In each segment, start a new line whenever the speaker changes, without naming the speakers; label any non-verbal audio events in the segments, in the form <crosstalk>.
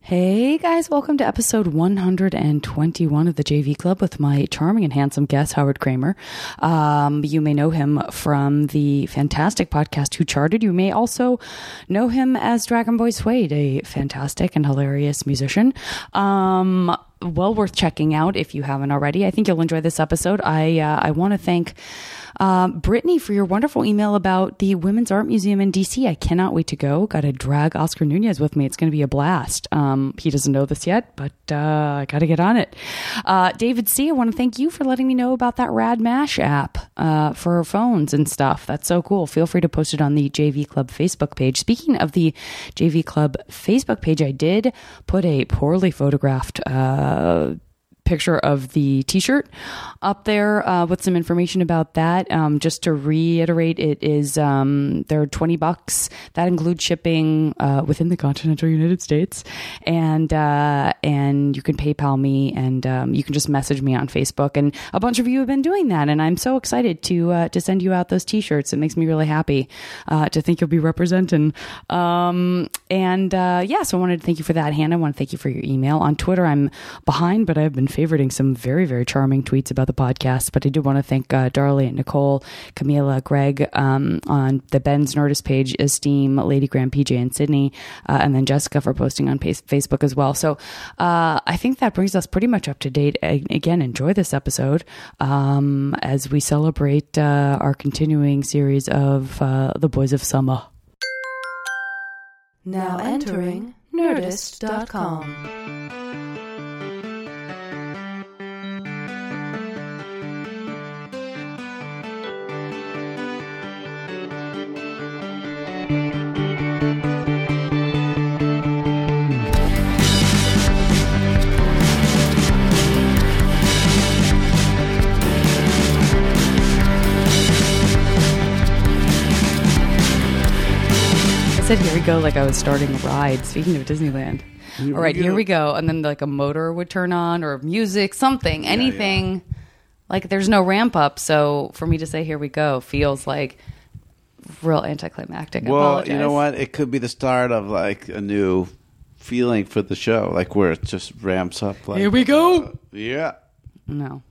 Hey guys, welcome to episode 121 of the JV Club with my charming and handsome guest, Howard Kramer. Um, you may know him from the fantastic podcast Who Charted. You may also know him as Dragon Boy Suede, a fantastic and hilarious musician. Um, well worth checking out if you haven't already. I think you'll enjoy this episode. I uh, I want to thank um, Brittany for your wonderful email about the Women's Art Museum in DC. I cannot wait to go. Got to drag Oscar Nunez with me. It's going to be a blast. Um, he doesn't know this yet, but uh, I got to get on it. Uh, David C, I want to thank you for letting me know about that Rad Mash app uh, for phones and stuff. That's so cool. Feel free to post it on the JV Club Facebook page. Speaking of the JV Club Facebook page, I did put a poorly photographed. Uh, picture of the t-shirt up there uh, with some information about that um, just to reiterate it is um, they're 20 bucks that includes shipping uh, within the continental united states and uh, and you can paypal me and um, you can just message me on facebook and a bunch of you have been doing that and i'm so excited to uh, to send you out those t-shirts it makes me really happy uh, to think you'll be representing um, and uh, yeah so i wanted to thank you for that hannah i want to thank you for your email on twitter i'm behind but i've been favoriting some very very charming tweets about the podcast but i do want to thank uh, darley and nicole camila greg um, on the ben's nerdist page esteem lady grand pj and sydney uh, and then jessica for posting on Pace- facebook as well so uh, i think that brings us pretty much up to date A- again enjoy this episode um, as we celebrate uh, our continuing series of uh, the boys of summer
Now entering Nerdist.com.
I said, here we go, like I was starting a ride. Speaking of Disneyland. All right, here we go. And then, like, a motor would turn on or music, something, anything. Like, there's no ramp up. So, for me to say, here we go, feels like real anticlimactic. I
Well, you
apologize.
know what? It could be the start of like a new feeling for the show, like where it just ramps up. Like, uh,
Here we go.
yeah.
No.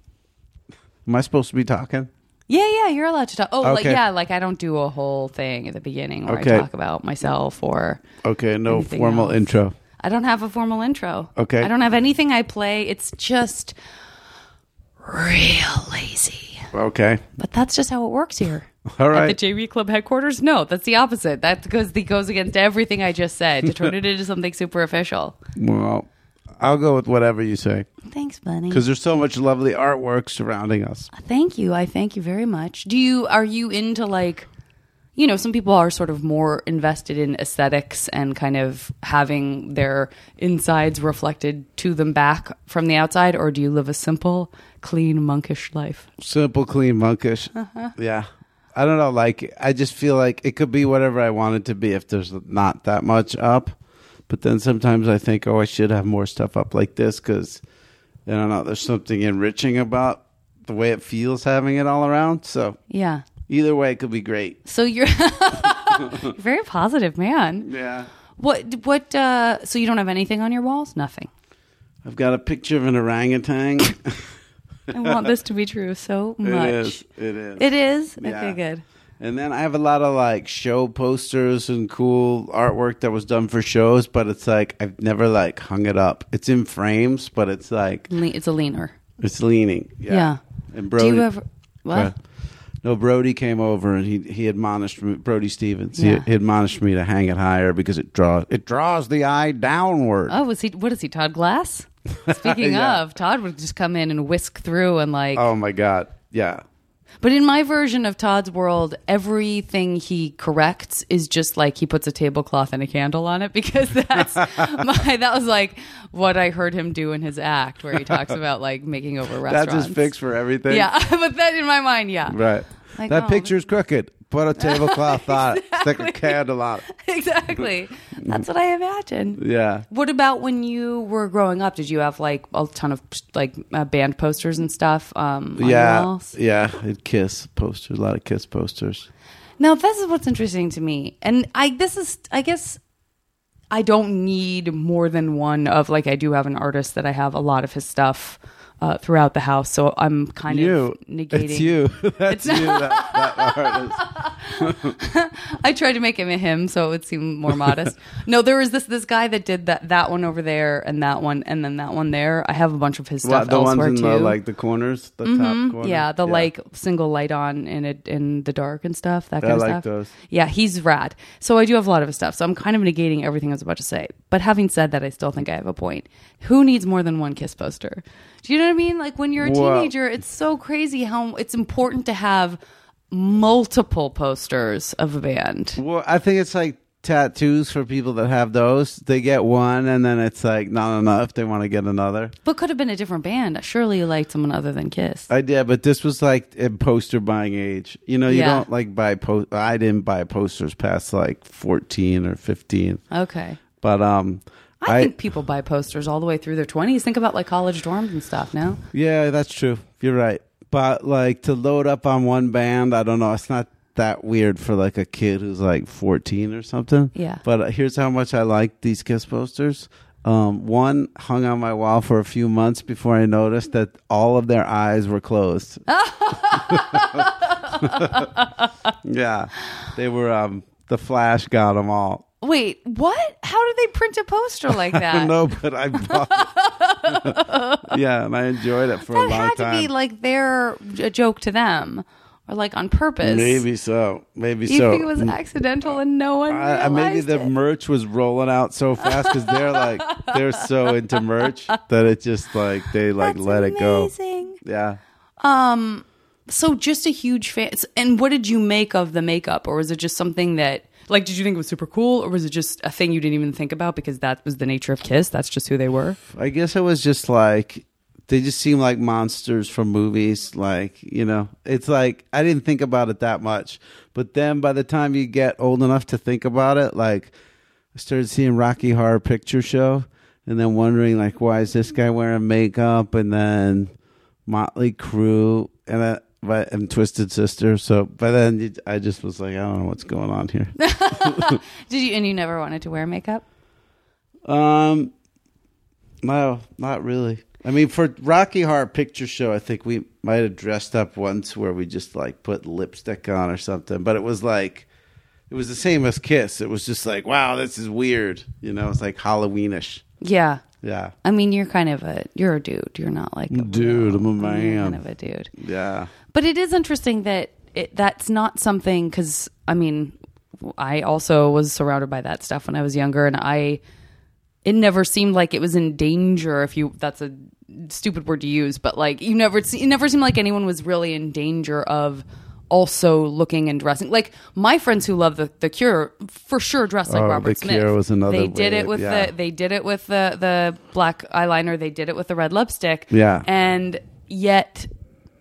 Am I supposed to be talking?
Yeah, yeah, you're allowed to talk. Oh, like,
Okay.
yeah, like, I don't do a whole thing at the beginning where I
Okay.
talk about myself or.
Okay, no
Anything
formal
else?
intro.
I don't have a formal intro.
Okay.
I don't have anything I play. It's just real lazy.
Okay,
But that's just how it works here.
all
At
right.
the JV Club headquarters? No, that's the opposite. That goes the goes against everything I just said to turn it into something super official.
well, I'll go with whatever you say
<laughs> Thanks, Bunny.
because there's so much lovely artwork surrounding us.
Thank you. I thank you very much. Do you are you into like you know, some people are sort of more invested in aesthetics and kind of having their insides reflected to them back from the outside, or do you live a simple, clean, monkish life?
Simple, clean, monkish.
Uh-huh.
Yeah. I don't know. Like, I just feel like it could be whatever I want it to be if there's not that much up. But then sometimes I think, oh, I should have more stuff up like this because, I don't know, there's something enriching about the way it feels having it all around. So
Yeah.
either way, it could be great.
So you're <laughs> very positive, man.
Yeah.
What what uh so you don't have anything on your walls? Nothing.
I've got a picture of an orangutan. <laughs>
I want this to be true so
it
much.
is. It is.
It is?
Yeah.
Okay, good.
And then I have a lot of like show posters and cool artwork that was done for shows, but it's like I've never like hung it up. It's in frames, but it's like
Le- It's a leaner.
it's leaning. Yeah.
Yeah.
And Brody.
Do you ever what?
Uh, No, Brody came over and he he admonished me, Brody Stevens. He-
Yeah.
He, admonished me to hang it higher because it draws it draws the eye downward.
Oh, was he? What is he? Todd
<laughs>
Glass. Speaking
Yeah.
of, Todd would just come in and whisk through and like.
Oh my god. Yeah.
But in my version of Todd's world, everything he corrects is just like he puts a tablecloth and a candle on it because <laughs>
<laughs>
that's my. That was like what I heard him do in his act where he talks about like making over restaurants.
That's his fix for everything.
Yeah, <laughs> but that in my mind, yeah,
Right.
Like,
that
oh.
picture's crooked. Put a tablecloth on it. Stick a candle on it.
<laughs>
<laughs>
exactly. That's what I imagine.
Yeah.
What about when you were growing up? Did you have like a ton of like uh, band posters and stuff? Um, on
yeah,
your walls?
yeah. And Kiss posters, a lot of Kiss posters.
Now, this is what's interesting to me. And I this is I guess I don't need more than one of like I do have an artist that I have a lot of his stuff uh, throughout the house, so I'm kind
you.
of negating.
It's you. <laughs> That's you. That,
<laughs>
that artist.
I tried to make him a him, so it would seem more
<laughs>
modest. no, there was this this guy that did that that one over there and that one and then that one there. I have a bunch of his
Well,
stuff
the ones
elsewhere
in
too. Mm-hmm.
the like the corners, the top corner.
yeah, the like single light on in it in the dark and stuff. That
I
kind of
like
stuff.
those.
Yeah, he's rad. So I do have a lot of his stuff. So I'm kind of negating everything I was about to say. But having said that, I still think I have a point. Who needs more than one kiss poster? Do you know what I mean? Like when you're a
Well-
teenager, it's so crazy how it's important to have multiple posters of a band.
Well, I think it's like tattoos for people that have those. They get one, and then it's like not enough. They want to get another.
But could have been a different band. Surely you liked someone other than Kiss.
I did, but this was like a poster buying age. You know, you
Yeah.
don't like buy post. I didn't buy posters past like fourteen or fifteen.
Okay.
But um,
I, think people buy posters all the way through their 20s. Think about like college dorms and stuff now.
yeah, that's true. You're right. But like to load up on one band, I don't know. It's not that weird for like a kid who's like fourteen or something.
Yeah.
But uh, here's how much I like these Kiss posters. Um, one hung on my wall for a few months before I noticed that all of their eyes
<laughs>
were closed. yeah, they were. Um, the Flash got them all.
Wait, what? How did they print a
<laughs>
poster like that?
I don't know, but I bought <laughs> it. yeah, and I enjoyed it for
that
a long
had
time.
to be like their a joke to them, or like on purpose.
maybe so. Maybe
Do you
so.
think it was accidental and no one
I, I- maybe
realized
the
it?
merch was rolling out so fast because they're like they're so into merch that it just like they like
That's
let it
amazing.
go. Yeah.
Um, so just a huge fan. And what did you make of the makeup, or was it just something that? Like, did you think it was super cool, or was it just a thing you didn't even think about because that was the nature of Kiss? That's just who they were.
I guess it was just like they just seem like monsters from movies. Like you know, it's like I didn't think about it that much, but then by the time you get old enough to think about it, like I started seeing Rocky Horror Picture Show, and then wondering like why is this guy wearing makeup, and then Motley Crue, and I, but and Twisted Sister. So by then you- I just was like I don't know what's going on here.
Did you? And you never wanted to wear makeup.
Um, no, not really. I mean, for Rocky Horror Picture Show, I think we might have dressed up once where we just like put lipstick on or something, but it was like it was the same as Kiss. It was just like, wow, this is weird. You know, it's like Halloweenish.
Yeah,
Yeah,
I mean, you're kind of a you're a dude. You're not like a
Mm, dude, I'm a
You're kind of
man.
a dude.
Yeah,
But it is interesting that it, that's not something because I mean, I also was surrounded by that stuff when I was younger, and I it never seemed like it was in danger. If you that's a stupid word to use, but like you never it se- it never seemed like anyone was really in danger of also looking and dressing like my friends who love the, the cure for sure dress like
Oh,
robert
The
smith
Cure was another
they did
way
it
to-
with
yeah.
the they did it with the the black eyeliner they did it with the red lipstick
Yeah.
and yet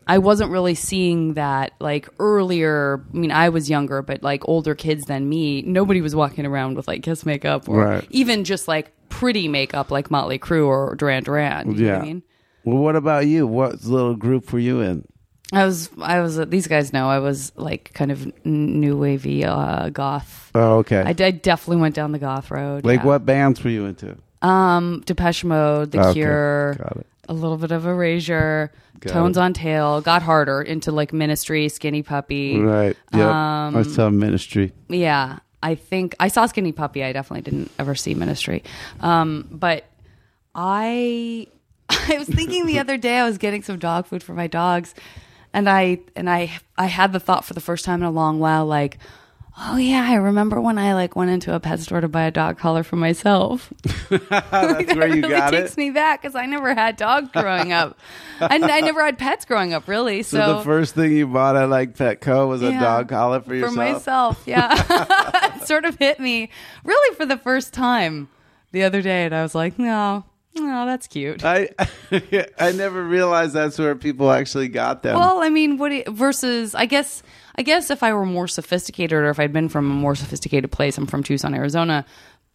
I wasn't really seeing that like earlier. I mean, I was younger, but like older kids than me, nobody was walking around with like kiss makeup or
Right.
even just like pretty makeup like Motley Crue or Duran Duran. You know
yeah.
what I mean?
Well, what about you? What little group were you in?
I was, I was, these guys know I was like kind of n- new wavy uh, goth.
Oh, okay.
I, d- I definitely went down the goth road.
like
yeah.
what bands were you into?
Um, Depeche Mode, The
Okay,
Cure,
got it.
a little bit of Erasure,
Got
Tones
it.
on Tail, got harder into like Ministry, Skinny Puppy.
Right. Yep. I
Um,
saw Ministry.
Yeah, I think I saw Skinny Puppy. I definitely didn't ever see Ministry, um, but I <laughs> I was thinking the other day I was getting some dog food for my dogs, and I and I I had the thought for the first time in a long while, like, oh yeah, I remember when I like went into a pet store to buy a dog collar for myself. <laughs>
That's where you
really
got it.
takes me back because I never had dogs growing up. I, I never had pets growing up, really. So,
<laughs> So, the first thing you bought at like Petco was a
Yeah.
dog collar for
for
yourself.
myself. Yeah. <laughs> it sort of hit me really for the first time the other day. And I was like, no, no, that's cute.
I <laughs> I never realized that's where people actually got them.
well, I mean, what it, versus, I guess, I guess if I were more sophisticated or if I'd been from a more sophisticated place, I'm from Tucson, Arizona.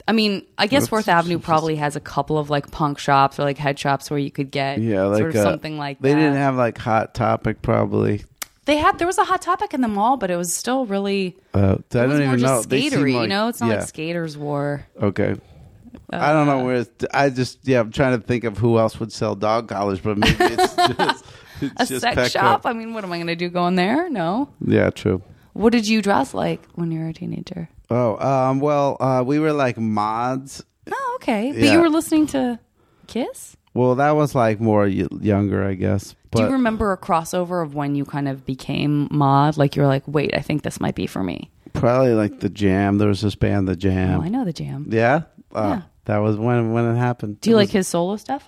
I mean, I guess Worth Avenue probably has a couple of like punk shops or like head shops where you could get
yeah, like
sort of
uh,
something like
they
that.
didn't have like Hot Topic probably.
They had there was a hot topic in the mall, but it was still really
Uh, I
it was
don't
more
even know.
just
They seem
skatery,
like-
you know. It's not Oh,
yeah.
like skaters wore.
Okay. I don't know where. It's, I just yeah, I'm trying to think of who else would sell dog collars, but maybe
<laughs>
it's just it's
A
just
sex
Petco.
shop? I mean, what am I going to do going there? No.
Yeah, true.
What did you dress like when you were a teenager?
Oh, um, well, uh, we were like mods.
Oh, okay. But
Yeah.
you were listening to Kiss?
Well, that was like more y- younger, I guess. But
do you remember a crossover of when you kind of became mod? Like you were like, wait, I think this might be for me.
probably like the Jam. There was this band, the
Oh,
Jam.
I know the jam.
Yeah, uh,
Yeah.
that was when when it happened.
Do you
It
like
was-
his solo stuff?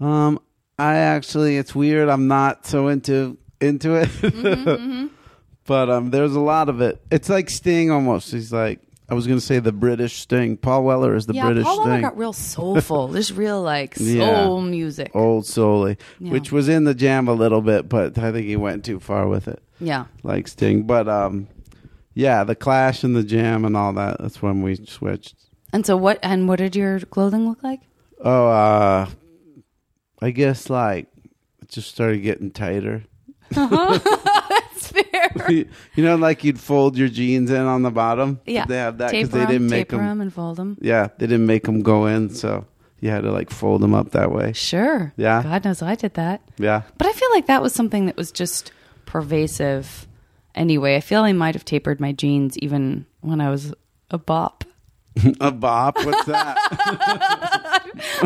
Um, I actually, it's weird. I'm not so into into it,
Mm-hmm,
<laughs> but um, there's a lot of it. It's like Sting almost. He's like, I was gonna say the British Sting. Paul Weller is the
yeah,
British
Paul Weller
Sting.
got real soulful.
<laughs>
There's real like soul
Yeah. Oh.
music.
Old Solely,
Yeah.
which was in the jam a little bit, but I think he went too far with it.
Yeah.
like Sting. But um, yeah, the Clash and the Jam and all that. That's when we switched.
And so what? And what did your clothing look
<laughs>
like? <laughs>
Oh, uh, I guess like it just started getting tighter. <laughs>
It's fair.
you know, like you'd fold your jeans in on the bottom.
Yeah.
they have that
Tape
because they
them,
didn't make
tape
them.
them and fold them.
Yeah, they didn't make them go in, so you had to like fold them up that way.
Sure.
Yeah.
God knows I did that.
Yeah, <laughs>
But I feel like that was something that was just pervasive anyway. I feel I might have tapered my jeans even when I was a bop. <laughs>
a bop. What's that?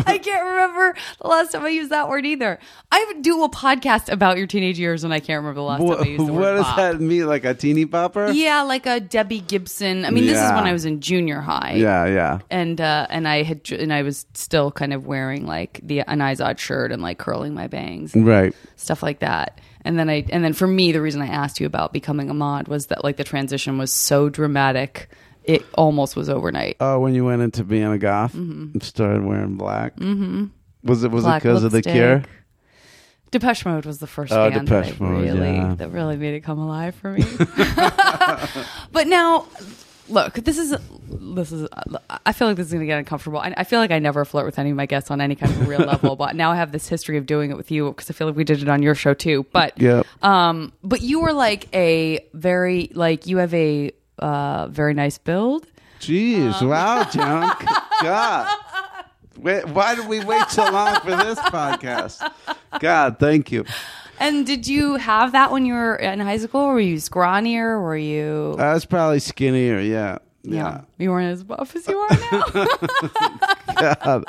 I can't remember the last time I used that word either. I would do a podcast about your teenage years and I can't remember the last
what
time I used the word
what does
bop.
that mean? Like a teeny bopper?
Yeah, like a Debbie Gibson. I mean, this is
Yeah.
when I was in junior high.
yeah, yeah.
And uh, and I had ju- and I was still kind of wearing like the an Izod shirt and like curling my bangs
Right.
stuff like that. And then I and then for me, the reason I asked you about becoming a mod was that like the transition was so dramatic, it almost was overnight.
Oh, when you went into being a goth and started wearing black, mm-hmm. was it was
Mm-hmm. Black
it because of the
lipstick.
Cure?
Depeche Mode was the first
Oh,
band
Depeche
that I
Mode,
really
yeah.
that really made it come alive for
<laughs>
me. <laughs> but now, look, this is this is. I feel like this is going to get uncomfortable. I, I feel like I never flirt with any of my guests on any kind of real
<laughs>
level, but now I have this history of doing it with you because I feel like we did it on your show too. But
Yep.
um, but you were like a very like you have a uh very nice build.
Jeez,
Um, <laughs>
wow, junk. God. Wait, why did we wait so long for this podcast? God, thank you.
And did you have that when you were in high school? Were you scrawnier? Were you?
I was Uh, probably skinnier, yeah.
yeah. You weren't as buff as you are now.
<laughs>
<laughs>
God.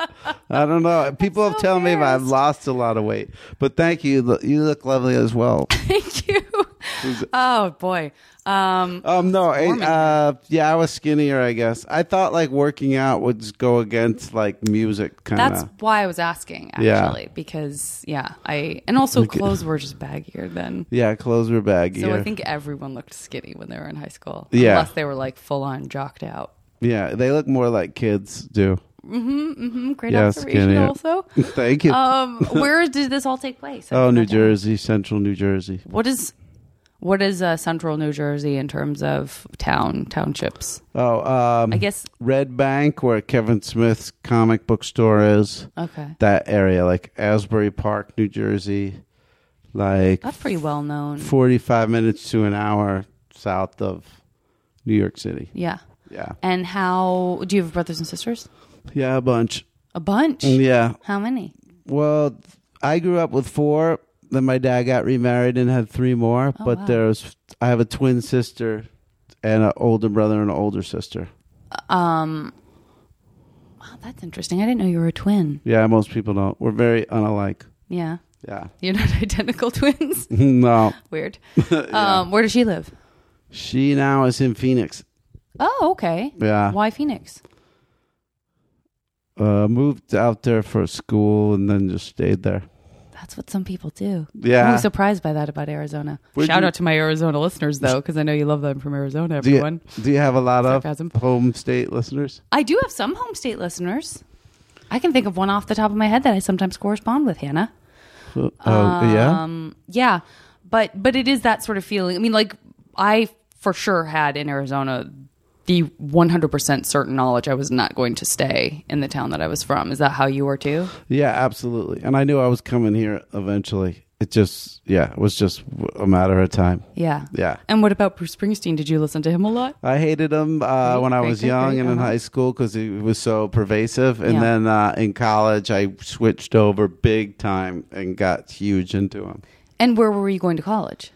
I don't know. People have
so
told me if I've
embarrassed.
lost a lot of weight, but thank you. You look- You look lovely
<coughs>
as well.
Thank you. Oh boy. Um,
Um, no, I,
warming.
uh, yeah, I was skinnier, I guess. I thought like working out would just go against like music, kind of.
that's why I was asking
Yeah.
actually because yeah, I and also
<laughs>
clothes were just baggier then.
Yeah, clothes were baggy.
So I think everyone looked skinny when they were in high school.
Yeah.
Unless they were like full on jocked out.
yeah, they look more like kids do. <laughs>
Mm, Great
Yeah,
observation
skinny. <laughs>
also.
Thank you.
Um, where did this all take place? I
oh,
forgot
New
to-
Jersey, Central New Jersey.
What is what is uh, central New Jersey in terms of town townships?
Oh, um,
I guess
Red Bank, where Kevin Smith's comic book store is.
okay.
That area, like Asbury Park, New Jersey, like
That's pretty well known.
forty-five minutes to an hour south of New York City.
Yeah.
Yeah,
And how do you have brothers and sisters?
yeah, a bunch.
A bunch.
Yeah.
How many?
Well, I grew up with four. Then my dad got remarried and had three more.
Oh,
but
wow.
there's, I have a twin sister, and an older brother and an older sister.
Um, wow, that's interesting. I didn't know you were a twin.
Yeah, most people don't. We're very unalike.
Yeah,
Yeah.
you're not <laughs> identical twins. <laughs>
<laughs> no.
Weird.
<laughs>
Um, where does she live?
She now is in Phoenix.
Oh, okay.
Yeah.
Why Phoenix?
Uh, moved out there for school and then just stayed there.
That's what some people do.
Yeah.
I'm surprised by that about Arizona.
Where'd
Shout
you-
out to my Arizona listeners though, because I know you love them from Arizona.
do,
Everyone,
you, do you have a lot of
Sarcasm.
home state listeners?
I do have some home state listeners. I can think of one off the top of my head that I sometimes correspond with, Hannah.
Oh, yeah.
Uh, Um, yeah, but but it is that sort of feeling. I mean, like I for sure had in Arizona the 100% certain knowledge I was not going to stay in the town that I was from. Is that how you were too?
Yeah, absolutely. And I knew I was coming here eventually. it just yeah, it was just a matter of time.
Yeah.
Yeah.
And what about Bruce Springsteen? Did you listen to him a lot?
I hated him uh, when I
great,
was
great,
young
great,
and in
uh-huh.
high school because he was so pervasive. And
Yeah.
then uh, in college, I switched over big time and got huge into him.
And where were you going to college?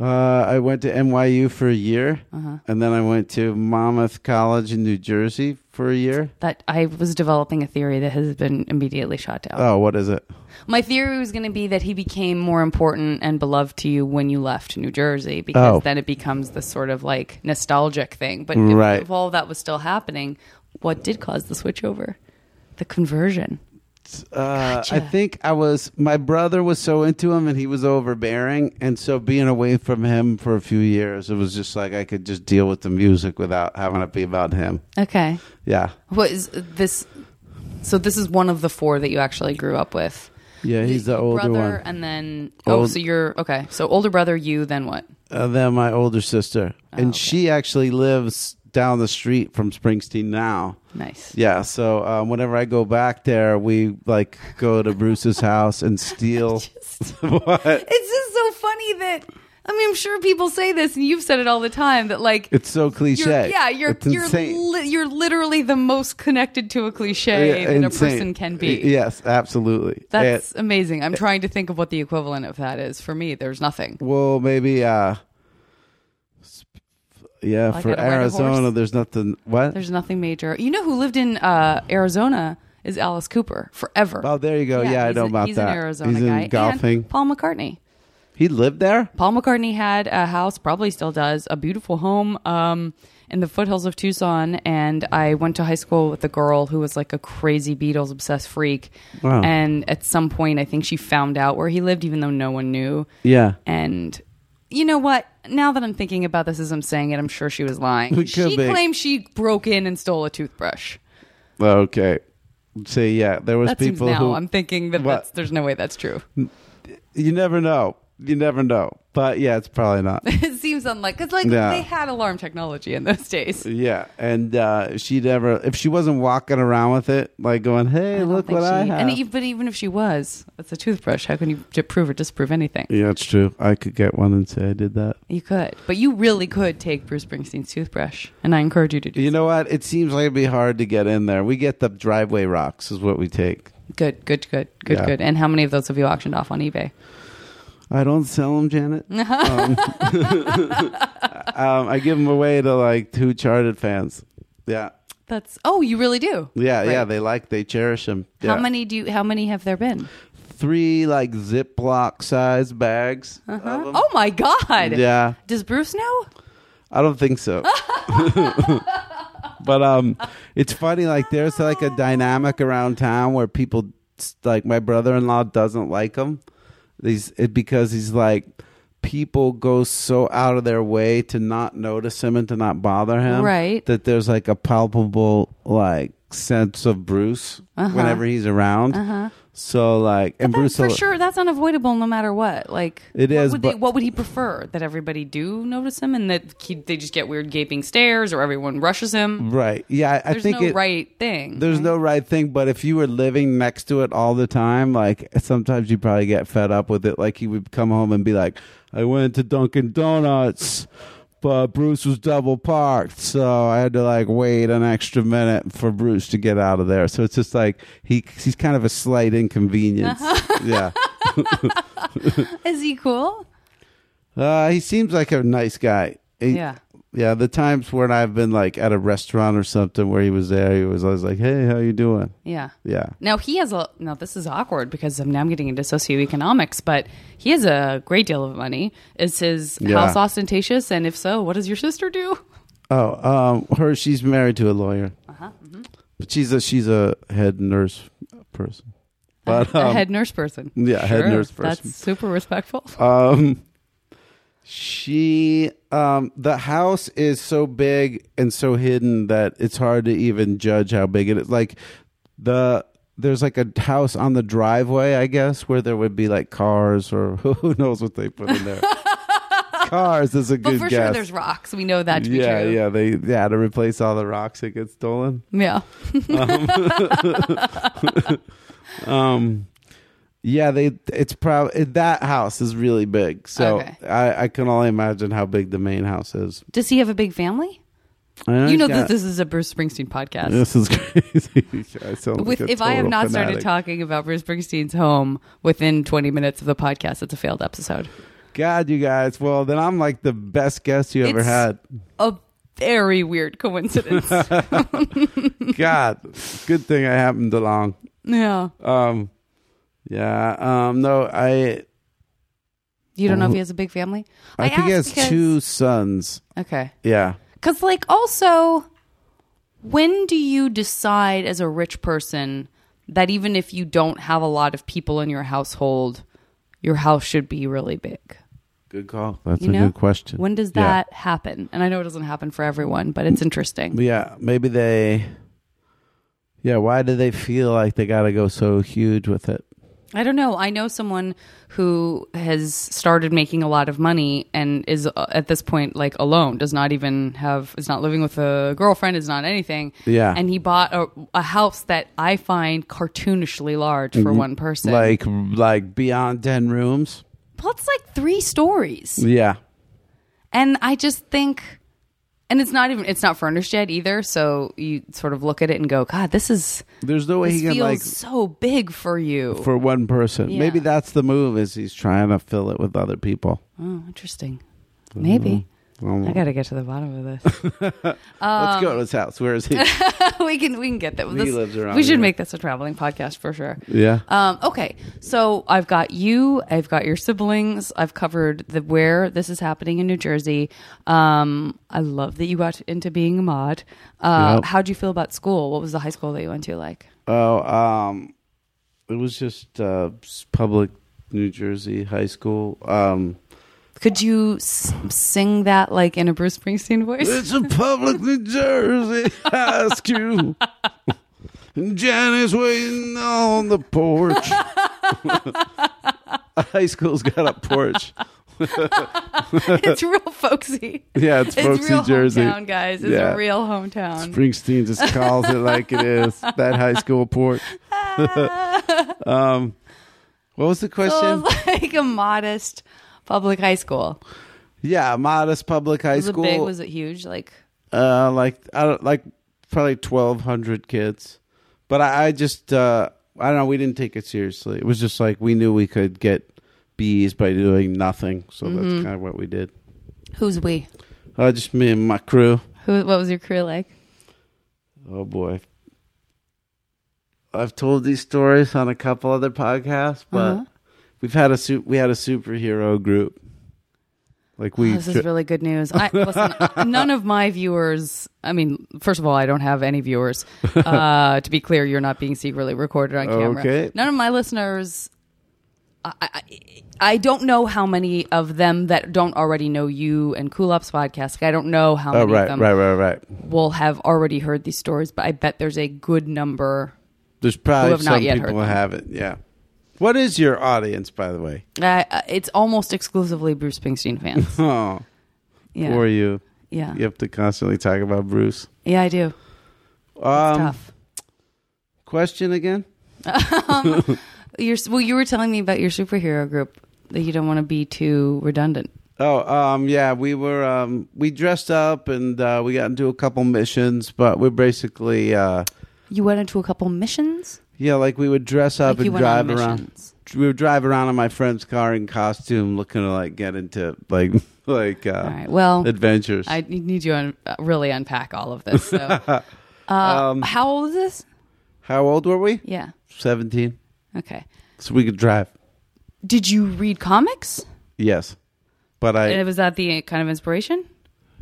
Uh, I went to NYU for a year,
Uh-huh.
and then I went to Monmouth College in New Jersey for a year.
That I was developing a theory that has been immediately shot down.
Oh, what is it?
My theory was going to be that he became more important and beloved to you when you left New Jersey because
Oh.
then it becomes this sort of like nostalgic thing. But
Right.
if, if all that was still happening, what did cause the switch over? The conversion.
Uh, I
Gotcha.
think I was. My brother was so into him, and he was overbearing, and so being away from him for a few years, it was just like I could just deal with the music without having it be about him.
Okay.
Yeah,
What is this? So this is one of the four that you actually grew up with.
yeah, he's the older
brother,
one.
and then oh,
Old-
so you're okay. So older brother, you then what?
Uh, then my older sister, and
okay.
she actually lives down the street from Springsteen now.
Nice.
Yeah, so um, whenever I go back there, we like go to Bruce's
<laughs>
house and steal. <laughs> what?
It's just so funny that I mean I'm sure people say this and you've said it all the time that like
It's so
you're,
cliche.
yeah you're
It's
you're
insane.
li- you're literally the most connected to a cliche
Yeah,
that
insane.
a person can be.
Y- Yes, absolutely.
That's
And-
amazing. I'm trying to think of what the equivalent of that is. For me, there's nothing.
well, maybe. uh sp- Yeah,
Like
for
I don't ride a
Arizona,
horse.
there's nothing. What?
There's nothing major. You know who lived in uh, Arizona is Alice Cooper forever.
oh, there you go. Yeah, I
he's
know
a-
about
he's
that.
an Arizona
he's in
guy.
golfing.
And Paul McCartney.
he lived there.
Paul McCartney had a house, probably still does, a beautiful home um, in the foothills of Tucson. And I went to high school with a girl who was like a crazy Beatles obsessed freak.
Wow.
And at some point, I think she found out where he lived, even though no one knew.
Yeah.
And you know what? Now that I'm thinking about this as I'm saying it, I'm sure she was
<laughs>
lying.
It could
she
be.
claimed she broke in and stole a toothbrush.
Okay. So yeah, there was
That seems
people
now.
who
I'm thinking that
What? Mm.
that's, there's no way that's true.
you never know. You never know. But yeah, it's probably not.
<laughs> it seems unlikely because like
Yeah.
they had alarm technology in those days.
yeah, and uh, she never. If she wasn't walking around with it, like going,
I
"Hey,
don't
look
think
what
she,
I have."
And e- but even if she was, that's a toothbrush. How can you j- prove or disprove anything?
yeah, it's true. I could get one and say I did that.
You could, but you really could take Bruce Springsteen's toothbrush, and I encourage you to do.
You know what? It seems like it'd be hard to get in there. We get the driveway rocks, is what we take.
so. Good, good, good, good,
Yeah.
good. And how many of those have you auctioned off on eBay?
I don't sell
<laughs>
them, Janet. um, <laughs> um, I give them away to like two charted fans. Yeah,
That's oh, you really do.
yeah, yeah.
Right.
They like, they cherish them.
How many do you? How many have there been?
Three like Ziploc size bags. of
Huh?
'em.
Oh my god!
Yeah,
Does Bruce know?
I don't think so. but um, it's funny. Like there's like a dynamic around town where people like my brother-in-law doesn't like him. These it, because he's like people go so out of their way to not notice him and to not bother him.
Right.
That there's like a palpable like sense of Bruce whenever he's around.
Uh-huh.
So like and
That-
Bruce
for
will-
sure, that's unavoidable no matter what. Like
It
it is.
is,
Would they,
but-
what would he prefer? That everybody do notice him, and that he, they just get weird gaping stares, or everyone rushes him.
Right. Yeah, I, I
There's
think
no
it,
right thing.
There's no right thing, but if you were living next to it all the time, like sometimes you probably get fed up with it. Like he would come home and be like, "I went to Dunkin' Donuts, but Bruce was double parked, so I had to like wait an extra minute for Bruce to get out of there." So it's just like he he's kind of a slight inconvenience. yeah,
Is he cool?
uh, he seems like a nice guy. He-
Yeah.
Yeah, the times when I've been like at a restaurant or something where he was there, he was always like, "Hey, how you doing?"
Yeah.
Yeah.
Now he has a now this is awkward because I'm now I'm getting into socioeconomics, but he has a great deal of money. Is his
Yeah.
house ostentatious? And if so, what does your sister do?
Oh, um, her. She's married to a lawyer,
Uh-huh, mm-hmm.
but she's a she's a head nurse person. But
a
um,
head nurse person.
yeah, head nurse person.
That's super respectful.
um, she um, the house is so big and so hidden that it's hard to even judge how big it is. Like the there's like a house on the driveway, I guess, where there would be like cars or <laughs> who knows what they put in there.
<laughs>
cars is a
But
good
for
guess.
sure, there's rocks. We know that to
yeah,
be true.
yeah, they yeah to replace all the rocks that get stolen.
yeah.
<laughs> um, Yeah, they. It's probably that house is really big, so
Okay.
I, I can only imagine how big the main house is.
Does he have a big family?
I
you
he's
know
got-
that this is a Bruce Springsteen podcast.
This is <laughs> crazy. I sound like
With,
a
if I have
total
not started
fanatic.
talking about Bruce Springsteen's home within 20 minutes of the podcast, it's a failed episode.
God, you guys. Well, then I'm like the best guest you ever
It's- <laughs>
had.
A very weird coincidence.
<laughs> God, good thing I happened along.
yeah.
Um, yeah. Um, no, I.
You don't know if
Who-
he has a big family?
I, think he
ask
has
because-
two sons.
Okay.
Yeah.
Because, like, also, when do you decide as a rich person that even if you don't have a lot of people in your household, your house should be really big?
Good call. That's
You
a
know?
good question.
When does
Yeah.
that happen? And I know it doesn't happen for everyone, but it's interesting.
Yeah, maybe they. Yeah, why do they feel like they got to go so huge with it?
I don't know. I know someone who has started making a lot of money and is uh, at this point like alone, does not even have, is not living with a girlfriend, is not anything.
Yeah.
And he bought a, a house that I find cartoonishly large for one person.
Mm-hmm. Like, like beyond ten rooms.
well, it's like three stories.
Yeah,
And I just think, and it's not even, it's not furnished yet either. So you sort of look at it and go, God, this is,
there's no way
this
he can
feels
like
so big for you.
for one person.
Yeah.
Maybe that's the move is he's trying to fill it with other people.
oh, interesting.
Mm-hmm.
Maybe.
Um,
I got to get to the bottom of this.
let's
Um,
go to his house. Where is
<laughs>
he?
we can we can get that.
He lives around
we should
here.
make this a traveling podcast for sure.
yeah.
Um, okay, so I've got you. I've got your siblings. I've covered the where this is happening in New Jersey. Um, I love that you got into being a mod. Uh,
Yep.
How'd you feel about school? What was the high school that you went to like?
Oh, um, it was just uh, s- public New Jersey high school. Um,
Could you s- sing that like in a Bruce Springsteen
<laughs>
voice? <laughs>
It's a public New Jersey high school. And Johnny's waiting on the porch. <laughs> high school's got a porch.
it's real folksy.
Yeah, it's
It's
folksy
real
Jersey.
hometown, guys. It's
Yeah.
real hometown.
Springsteen just calls it like it is. That high school porch.
Ah.
<laughs> um, what was the
So
question?
it was <laughs> like a modest public high school.
Yeah, modest public high
was
school.
it big? Was it huge? Like
Uh, like I don't like probably twelve hundred kids, but I, I just uh, I don't know. We didn't take it seriously. It was just like we knew we could get B's by doing nothing, so
Mm-hmm.
that's kind of what we did.
who's we?
Uh, just me and my crew.
Who? What was your career like?
Oh boy, I've told these stories on a couple other podcasts, but
Uh-huh.
we've had a su- we had a superhero group. Like we,
Oh, this is really good news. I, listen,
<laughs>
none of my viewers. I mean, first of all, I don't have any viewers.
<laughs>
Uh, to be clear, you're not being secretly recorded on camera.
Okay.
None of my listeners. I, I, I don't know how many of them that don't already know you and Cool Ops podcast. Like, I don't know how
oh
many
right,
of them
right, right, right.
will have already heard these stories, but I bet there's a good number.
There's probably
have not
some
yet
people
heard
who
them.
haven't. Yeah. What is your audience, by the way?
Uh, it's almost exclusively Bruce Springsteen fans.
<laughs> Oh,
Yeah.
for you.
yeah.
You have to constantly talk about Bruce.
Yeah, I do. It's
Um,
tough.
question again?
You're, well, you were telling me about your superhero group that you don't want to be too redundant.
Oh, um, yeah, we were um, we dressed up and uh, we got into a couple missions, but we're basically uh,
You went into a couple missions.
yeah, like we would dress up
like you
and
went on
drive around.
missions.
We would drive around in my friend's car in costume, looking to like get into like <laughs> like uh,
All right. Well,
adventures.
I need you to un- uh, really unpack all of this. So,
<laughs>
uh,
Um,
how old is this?
How old were we?
Yeah.
Seventeen,
Okay.
so we could drive.
Did you read comics?
Yes, but I
And was that the kind of inspiration?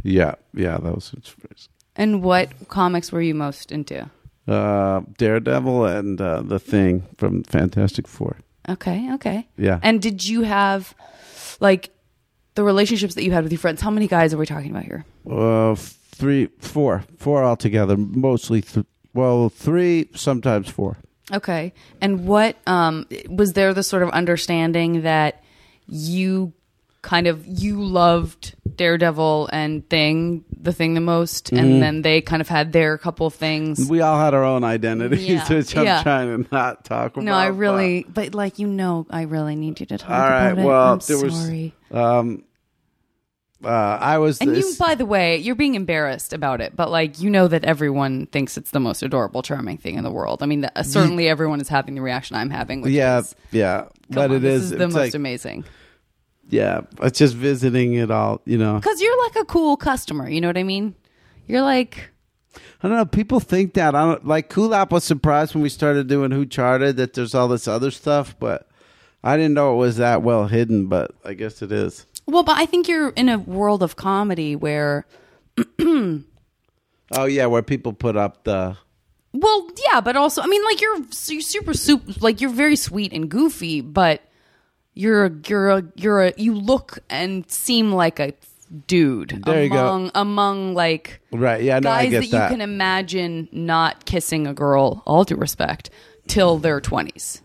yeah yeah that was
And what comics were you most into?
uh, Daredevil and uh, the Thing from Fantastic Four.
Okay. Okay.
Yeah.
And did you have like the relationships that you had with your friends? How many guys are we talking about here?
uh, three, four, four altogether. Mostly, th- well, three, sometimes four.
Okay. And what um, was there the sort of understanding that you kind of you loved Daredevil and Thing the thing the most, and then they kind of had their couple of things.
Mm-hmm. We all had our own identities,
Yeah.
<laughs> which I'm
Yeah.
trying to not talk about.
no, I
but-
really, but like you know, I really need you to talk
All right.
about it.
Well,
I'm
there was-
sorry.
Um, uh, I was.
And you,
this-
by the way, you're being embarrassed about it, but like you know that everyone thinks it's the most adorable, charming thing in the world. I mean, th- certainly everyone is having the reaction I'm having. Which
yeah,
is,
yeah.
come
But
on,
it
this
is,
the
it's
most
like,
amazing.
yeah. It's just visiting it all. You know,
Because you're like a cool customer. You know what I mean? You're like,
I don't know. People think that. I don't like. Kulap was surprised when we started doing Who Charted that there's all this other stuff, but I didn't know it was that well hidden. But I guess it is.
well, but I think you're in a world of comedy where,
Oh yeah, where people put up the.
well, yeah, but also, I mean, like you're, you're super, super, like you're very sweet and goofy, but you're a, you're a, you're a, you look and seem like a dude
There you go.
among, among like
Right. Yeah. No, I
guys
get
that you can imagine not kissing a girl, all due respect, till their 20s.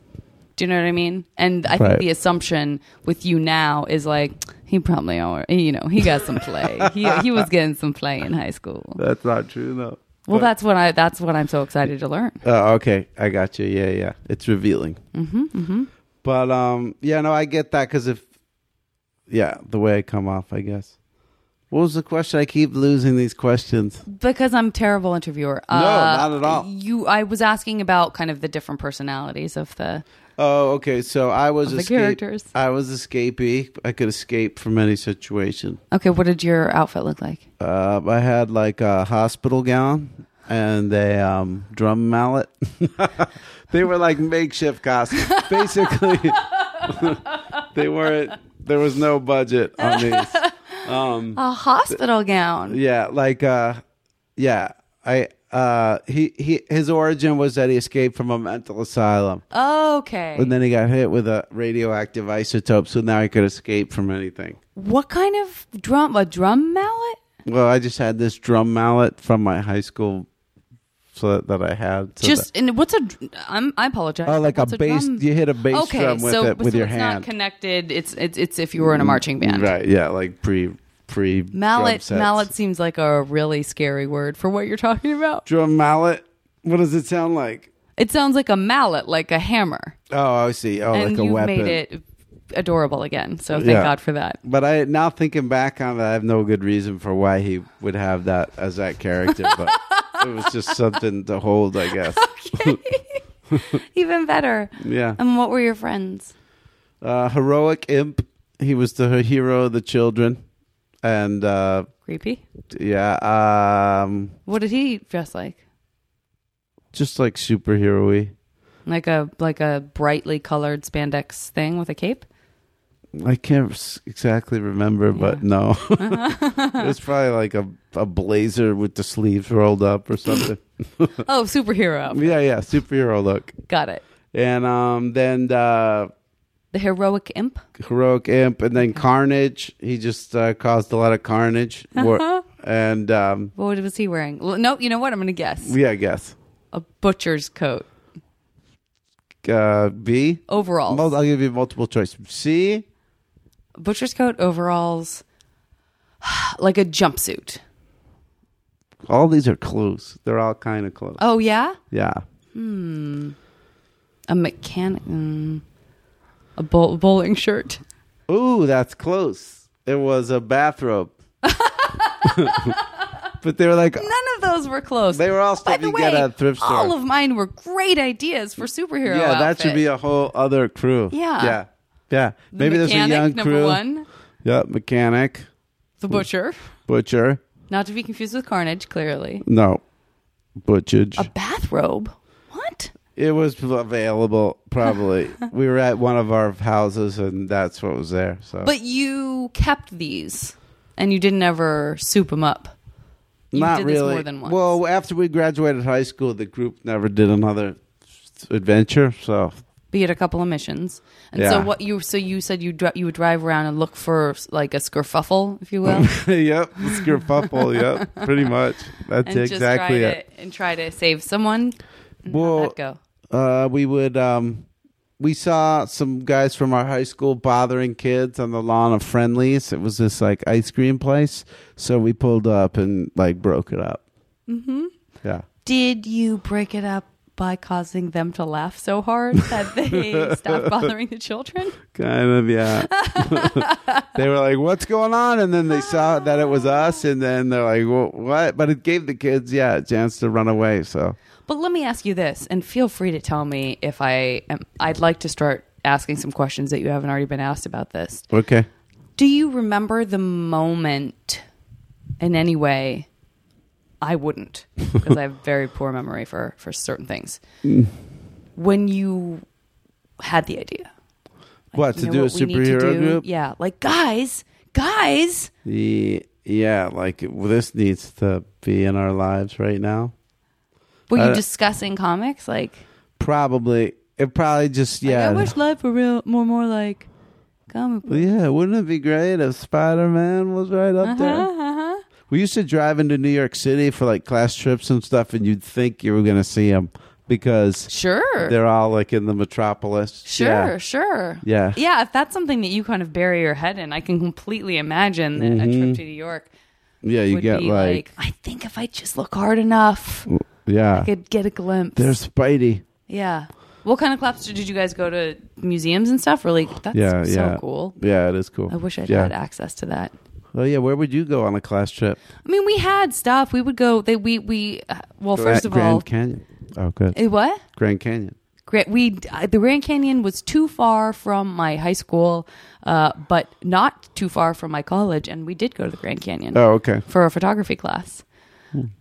Do you know what I mean? And I
Right.
think the assumption with you now is like, he probably, al- you know, he got some play. he, he was getting some play in high school.
That's not true though.
Well, that's what I, that's what I'm so excited to learn.
Oh, okay. I got you. Yeah, yeah. It's revealing. Mm-hmm. mm-hmm. But um, yeah, no, I get that because if, yeah, the way I come off, I guess. What was the question? I keep losing these questions.
Because I'm a terrible interviewer. No,
not at all.
You, I was asking about kind of the different personalities of the,
Oh, okay. So I was
Of the
escape-
characters.
I was escapee. I could escape from any situation.
okay, what did your outfit look like?
Uh, I had like a hospital gown and a um, drum mallet. <laughs> they were like
<laughs>
makeshift costumes. Basically, <laughs> they weren't. There was no budget
<laughs>
on these.
A hospital gown.
Yeah, like uh, yeah. I uh, he he his origin was that he escaped from a mental asylum,
Okay.
and then he got hit with a radioactive isotope. So now he could escape from anything.
What kind of drum? A drum mallet?
Well, I just had this drum mallet from my high school, so that, that I had. So that-
Just and what's a? dr- I'm, I apologize.
Oh, like a
What's
bass.
drum?
You hit a bass
okay,
drum with
so,
it with
so
your
it's Not
hand. Mm,
connected. It's it's it's if you were in a marching band.
Right. Yeah. Like pre pre drum
Mallet.
sets.
Mallet seems like a really scary word for what you're talking about.
Drum mallet. What does it sound like?
It sounds like a mallet, like a hammer,
Oh, I see. Oh,
and
like a
you
weapon.
made it adorable again. So thank
Yeah.
God for that.
But I now thinking back on it, I have no good reason for why he would have that as that character.
<laughs>
But it was just something to hold, I guess.
Even better.
Yeah.
And what were your friends?
Uh, heroic imp. He was the hero of the children, and uh,
Creepy.
yeah, um,
What did he dress like?
just like superhero-y.
Like a like a brightly colored spandex thing with a
<laughs>
cape.
I can't s- exactly remember, but no, it was probably like a a blazer with the sleeves rolled up or something.
Oh, superhero.
yeah, yeah, superhero look.
Got it.
And um, then uh,
The heroic imp.
heroic imp, and then carnage. He just uh, caused a lot of carnage. Wor-
<laughs>
And um,
Uh-huh. What was he wearing? L- No, you know what? I'm going to guess.
yeah, I guess
A butcher's coat.
uh, B.
Overalls.
Mul- I'll give you multiple choice. C.
butcher's coat, overalls, <sighs> like a jumpsuit.
All these are clues. They're all kind of close.
Oh, yeah? Hmm.
Yeah.
A mechanic. Mm. A bowl- bowling shirt.
Ooh, that's close. It was a
<laughs>
bathrobe. but they were like,
None of those were close.
They were all
By
stuff
the
you
way,
get at thrift store.
all of mine were great ideas for superhero
yeah, that should be
outfit.
a whole other crew.
Yeah.
Yeah. Yeah.
The
Maybe there's a
mechanic,
young
number
crew. Hmm.
one.
Yeah, mechanic,
The butcher.
butcher.
Not to be confused with Carnage, clearly.
No. Butchage.
A bathrobe. What?
it was available
<laughs>
probably. we were at one of our houses and that's what was there. So
But you kept these, and you didn't ever soup them up. You
not
did
really.
this more than once.
Well, after we graduated high school, the group never did another adventure, so <laughs>
be it a couple of missions. And so
Yeah.
what you so you said you dri- you would drive around and look for like a skerfuffle, if you
<laughs>
will,
yep, skerfuffle. yep, pretty much. That's
and just
exactly
try
it.
to and try to save someone.
Well,
How'd that go?
uh, we would um, we saw some guys from our high school bothering kids on the lawn of Friendlies. It was this like ice cream place, so we pulled up and like broke it up. Mm-hmm. Yeah.
Did you break it up by causing them to laugh so
<laughs>
hard that they stopped bothering the children?
Kind
<laughs>
of, yeah. they were like, "What's going on?" And then they saw that it was us, and then they're like, well, "What?" But it gave the kids, yeah, a chance to run away. So
But let me ask you this, and feel free to tell me if I am. I'd like to start asking some questions that you haven't already been asked about this.
okay,
Do you remember the moment in any way? I wouldn't because I have
<laughs>
very poor memory for, for certain things.
Mm.
When you had the idea,
what
you
to
know
do
what
a
we need to
superhero
do?
group?
Yeah, like guys, guys,
Yeah. yeah, like this needs to be in our lives right now.
were
I
you
don't-
discussing comics? Like,
Probably it probably just yeah.
like, I wish life were real, more more like comic. book.
yeah, wouldn't it be great if Spider Man was right up there?
Uh-huh.
We used to drive into New York City for like class trips and stuff, and you'd think you were going to see him because
Sure,
they're all like in the metropolis.
sure,
Yeah.
sure.
Yeah.
yeah. If that's something that you kind of bury your head in, I can completely imagine that a trip to New York
Yeah, Mm-hmm. you
would
get
be
like,
I think if I just look hard enough,
yeah.
I could get a glimpse.
There's Spidey.
yeah. What kind of claps did you guys go to museums and stuff? Really, that's
Yeah,
so
yeah.
cool.
Yeah, it is cool.
I wish I'd
yeah.
had access to that.
Oh yeah, where would you go on a class trip?
I mean, we had stuff. We would go. They we we uh, well, first
Grand,
of
Grand
all,
Canyon. Oh, good.
Eh, what?
Grand Canyon.
Gra- we uh, the Grand Canyon was too far from my high school, uh, but not too far from my college, and we did go to the Grand Canyon
Oh, okay.
for a photography class.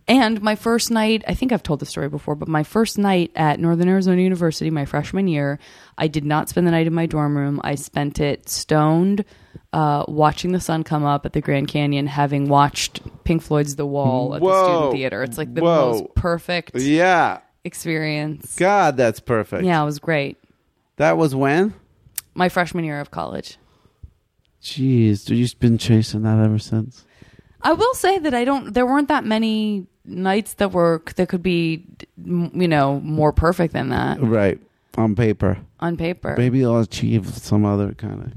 And my first night, I think I've told the story before, but my first night at Northern Arizona University, my freshman year, I did not spend the night in my dorm room. I spent it stoned, uh, watching the sun come up at the Grand Canyon, having watched Pink Floyd's The Wall at the
Whoa.
student theater. It's like the
Whoa.
most perfect
Yeah.
experience.
God, that's perfect.
Yeah, it was great.
That was when?
My freshman year of college.
Jeez, dude, you've been chasing that ever since.
I will say that I don't. There weren't that many nights that were that could be, m- you know, more perfect than that
Right. On paper.
on paper.
Maybe I'll achieve some other kind of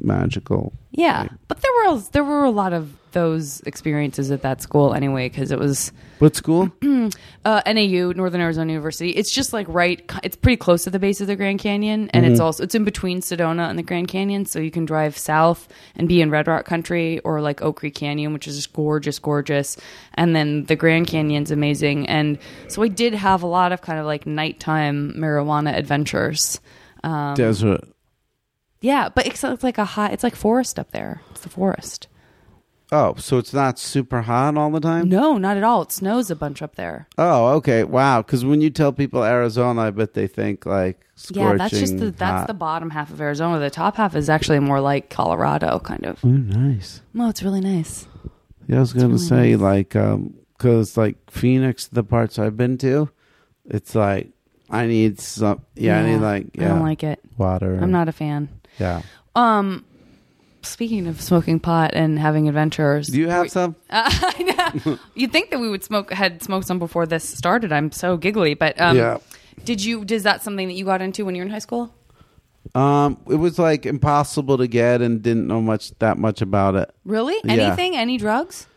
magical.
Yeah,
Right.
but there were there were a lot of those experiences at that school anyway because it was
What school?
<clears throat> uh, NAU Northern Arizona University. It's just like right. It's pretty close to the base of the Grand Canyon, and it's also it's in between Sedona and the Grand Canyon, so you can drive south and be in Red Rock Country or like Oak Creek Canyon, which is just gorgeous, gorgeous, and then the Grand Canyon's amazing. And so I did have a lot of kind of like nighttime marijuana adventures. Um,
Desert.
yeah, but it's, it's like a hot. It's like forest up there. It's the forest.
Oh, so it's not super hot all the time?
No, not at all. It snows a bunch up there.
Oh, okay. Wow. Because when you tell people Arizona, I bet they think like scorching
yeah, that's just the that's
hot.
the bottom half of Arizona. The top half is actually more like Colorado, kind of.
Oh, nice.
Well, it's really nice.
Yeah, I was going to
really
say
nice.
like um 'cause because like Phoenix, the parts I've been to, it's like I need some. Yeah, I need like yeah,
I don't like it.
water.
I'm not a fan.
Yeah.
Um, speaking of smoking pot and having adventures,
Do you have some?
Uh, <laughs> I know. You'd think that we would smoke had smoked some before this started. I'm so giggly, but um,
Yeah.
Did you? Is that something that you got into when you were in high school?
Um, it was like impossible to get, and didn't know much that much about it.
Really?
Yeah.
Anything? Any drugs?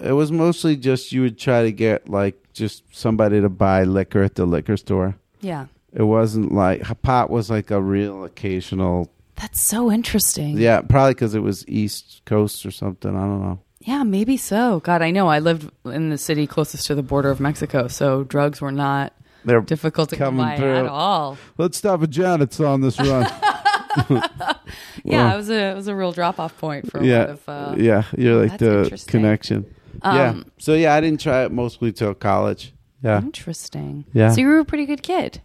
It was mostly just you would try to get like just somebody to buy liquor at the liquor store.
Yeah.
It wasn't like pot was like a real occasional.
That's so interesting.
Yeah, probably because it was East Coast or something. I don't know.
Yeah, maybe so. God, I know. I lived in the city closest to the border of Mexico, so drugs were not
They're
difficult to come
Coming
by
through.
at all.
let's stop at Janet's on
<laughs>
this run.
yeah, it was a it was a real drop off point for
yeah,
a lot of. Uh,
yeah. You're like
that's
the
interesting.
connection. yeah.
Um, Mm-hmm.
So yeah, I didn't try it mostly till college. Yeah.
Interesting.
Yeah.
So you were a pretty good kid,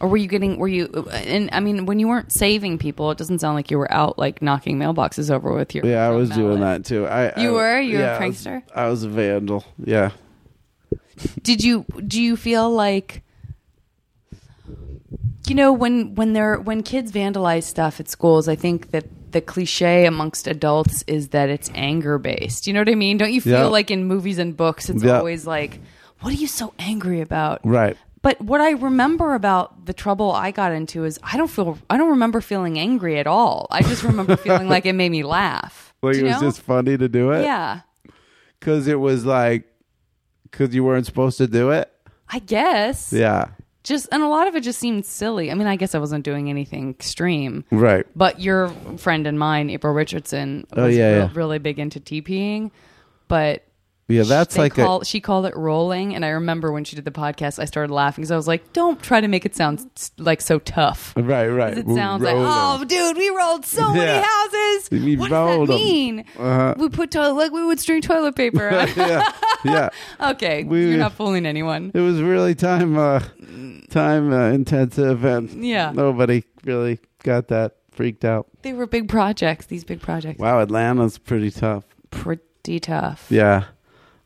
or were you getting? Were you? uh, And I mean, when you weren't saving people, it doesn't sound like you were out like knocking mailboxes over with your.
Yeah, I
your
was doing
mallet.
that too. I
You
I-
were? You were a
yeah, I was-
prankster?
I was a vandal. Yeah.
did you do you feel like you know when when they're when kids vandalize stuff at schools i think that the cliche amongst adults is that it's anger based you know what i mean don't you feel
Yeah.
like in movies and books it's
Yeah.
always like what are you so angry about
Right.
But what I remember about the trouble I got into is I don't feel I don't remember feeling angry at all. I just
<laughs>
remember feeling like it made me laugh.
Like
Do
it
you
was
know?
just funny to do it.
yeah.
Because it was like, because you weren't supposed to do it.
I guess.
Yeah.
Just and a lot of it just seemed silly. I mean, I guess I wasn't doing anything extreme.
Right.
But your friend and mine, April Richardson, was
Oh, yeah,
real-
yeah.
really big into TPing, but
Yeah, that's
they
like
call, she called it rolling. And I remember when she did the podcast, I started laughing because I was like, "Don't try to make it sound s- like so tough."
a. Right, right.
Because it sounds like,
Roller.
oh, dude, we rolled so
Yeah.
many houses.
We
what
rolled
does that
'em.
mean? We put toilet like we would string toilet
<laughs>
paper. <laughs>
Uh-huh. yeah, yeah.
okay,
We-
you're not fooling anyone.
It was really time, uh, time uh, intensive, and
Yeah.
nobody really got that freaked out.
They were big projects. These big projects,
Wow, Atlanta's pretty tough.
pretty tough.
Yeah.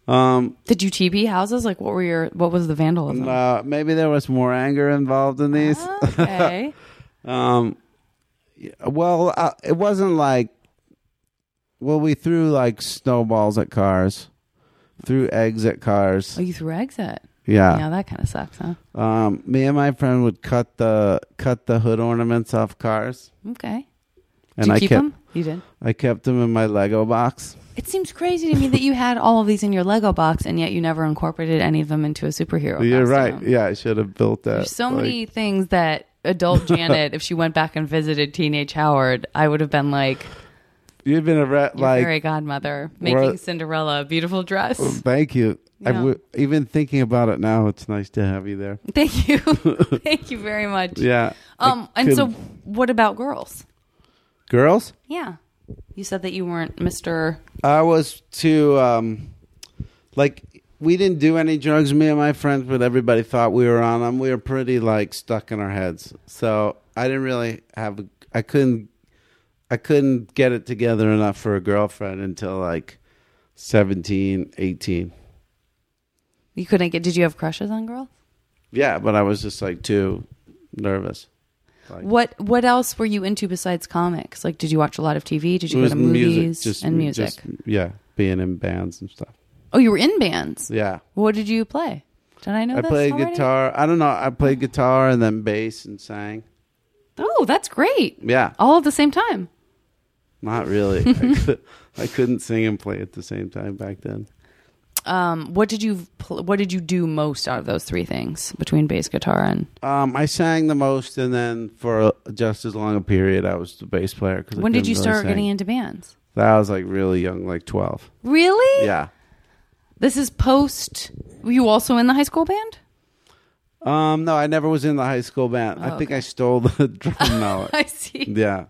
Um,
Did you TP houses? Like, what were your what was the vandalism?
uh, maybe there was more anger involved in these. <laughs>
Okay.
Um, yeah, well, uh, it wasn't like. Well, we threw like snowballs at cars, threw eggs at cars.
oh, you threw eggs at.
Yeah.
Yeah, that kind of sucks, huh?
Um, me and my friend would cut the cut the hood ornaments off cars,
Okay. did
and
you
I
keep
kept
them? You did.
I kept them in my Lego box.
It seems crazy to me that you had all of these in your Lego box and yet you never incorporated any of them into a superhero.
You're
costume.
right. Yeah, I should have built that.
There's so
like-
many things that
<laughs>
adult Janet, if she went back and visited teenage Howard, I would have been like,
You've been a rat.
your
Like,
fairy godmother making
Well-
Cinderella a beautiful dress.
oh, thank you. I
Yeah.
w- even thinking about it now, it's nice to have you there.
<laughs> Thank
<laughs>
you. <laughs> Thank you very much.
Yeah. I
Um, and so
couldn't-
what about girls?
girls,
Yeah. You said that you weren't Mr.
I was too. Um, like, we didn't do any drugs, me and my friends, but everybody thought we were on them. We were pretty like stuck in our heads, so I didn't really have. a- I couldn't. I couldn't get it together enough for a girlfriend until like 17, 18.
You couldn't get did you have crushes on girls?
Yeah, but I was just like too nervous. Like,
What what else were you into besides comics? Like did you watch a lot of TV? Did
it
you go
was
to movies
music, just
and music?
just- yeah, being in bands and stuff.
oh, you were in bands.
Yeah,
What did you play? Did I know
I
this
played
already?
guitar. I don't know. I played guitar and then bass and sang.
Oh, that's great.
Yeah,
All at the same time.
not really. I, <laughs> could, I couldn't sing and play at the same time back then.
Um, what did you pl- what did you do most out of those three things between bass guitar and
Um, I sang the most, and then for just as long a period, I was the bass player. Cause I
when did
couldn't
you
really
start
sing.
getting into bands?
That was like really young, like twelve.
Really?
Yeah.
This is post. Were you also in the high school band? <laughs>
Um, no, I never was in the high school band. I
Oh,
think I stole the <laughs> drum
<laughs>
mallet.
I see.
yeah.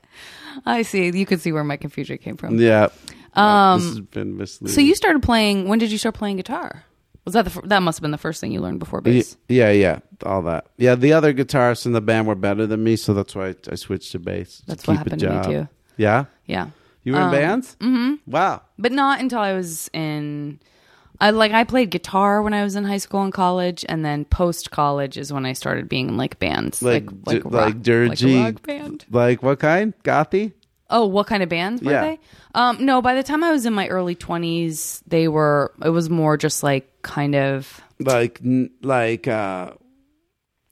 I see. You could see where my confusion came from.
Yeah. Yeah, this
Um,
has been misleading.
So you started playing. When did you start playing guitar? Was that the fir- that must have been the first thing you learned before bass?
yeah, yeah, all that. Yeah, the other guitarists in the band were better than me, so that's why I, I switched to bass.
That's
to
what
keep a
happened to me
job.
too.
Yeah,
Yeah,
you were
Um,
in bands. Mm-hmm. Wow.
but not until I was in. I like I played guitar when I was in high school and college, and then post college is when I started being in like bands, like like
d-
rock,
like dirgy,
like a rock band.
like what kind? Gothy.
Oh, what kind of bands were
Yeah.
they? Um, no, by the time I was in my early twenties, they were. It was more just like kind of.
Like n- like uh,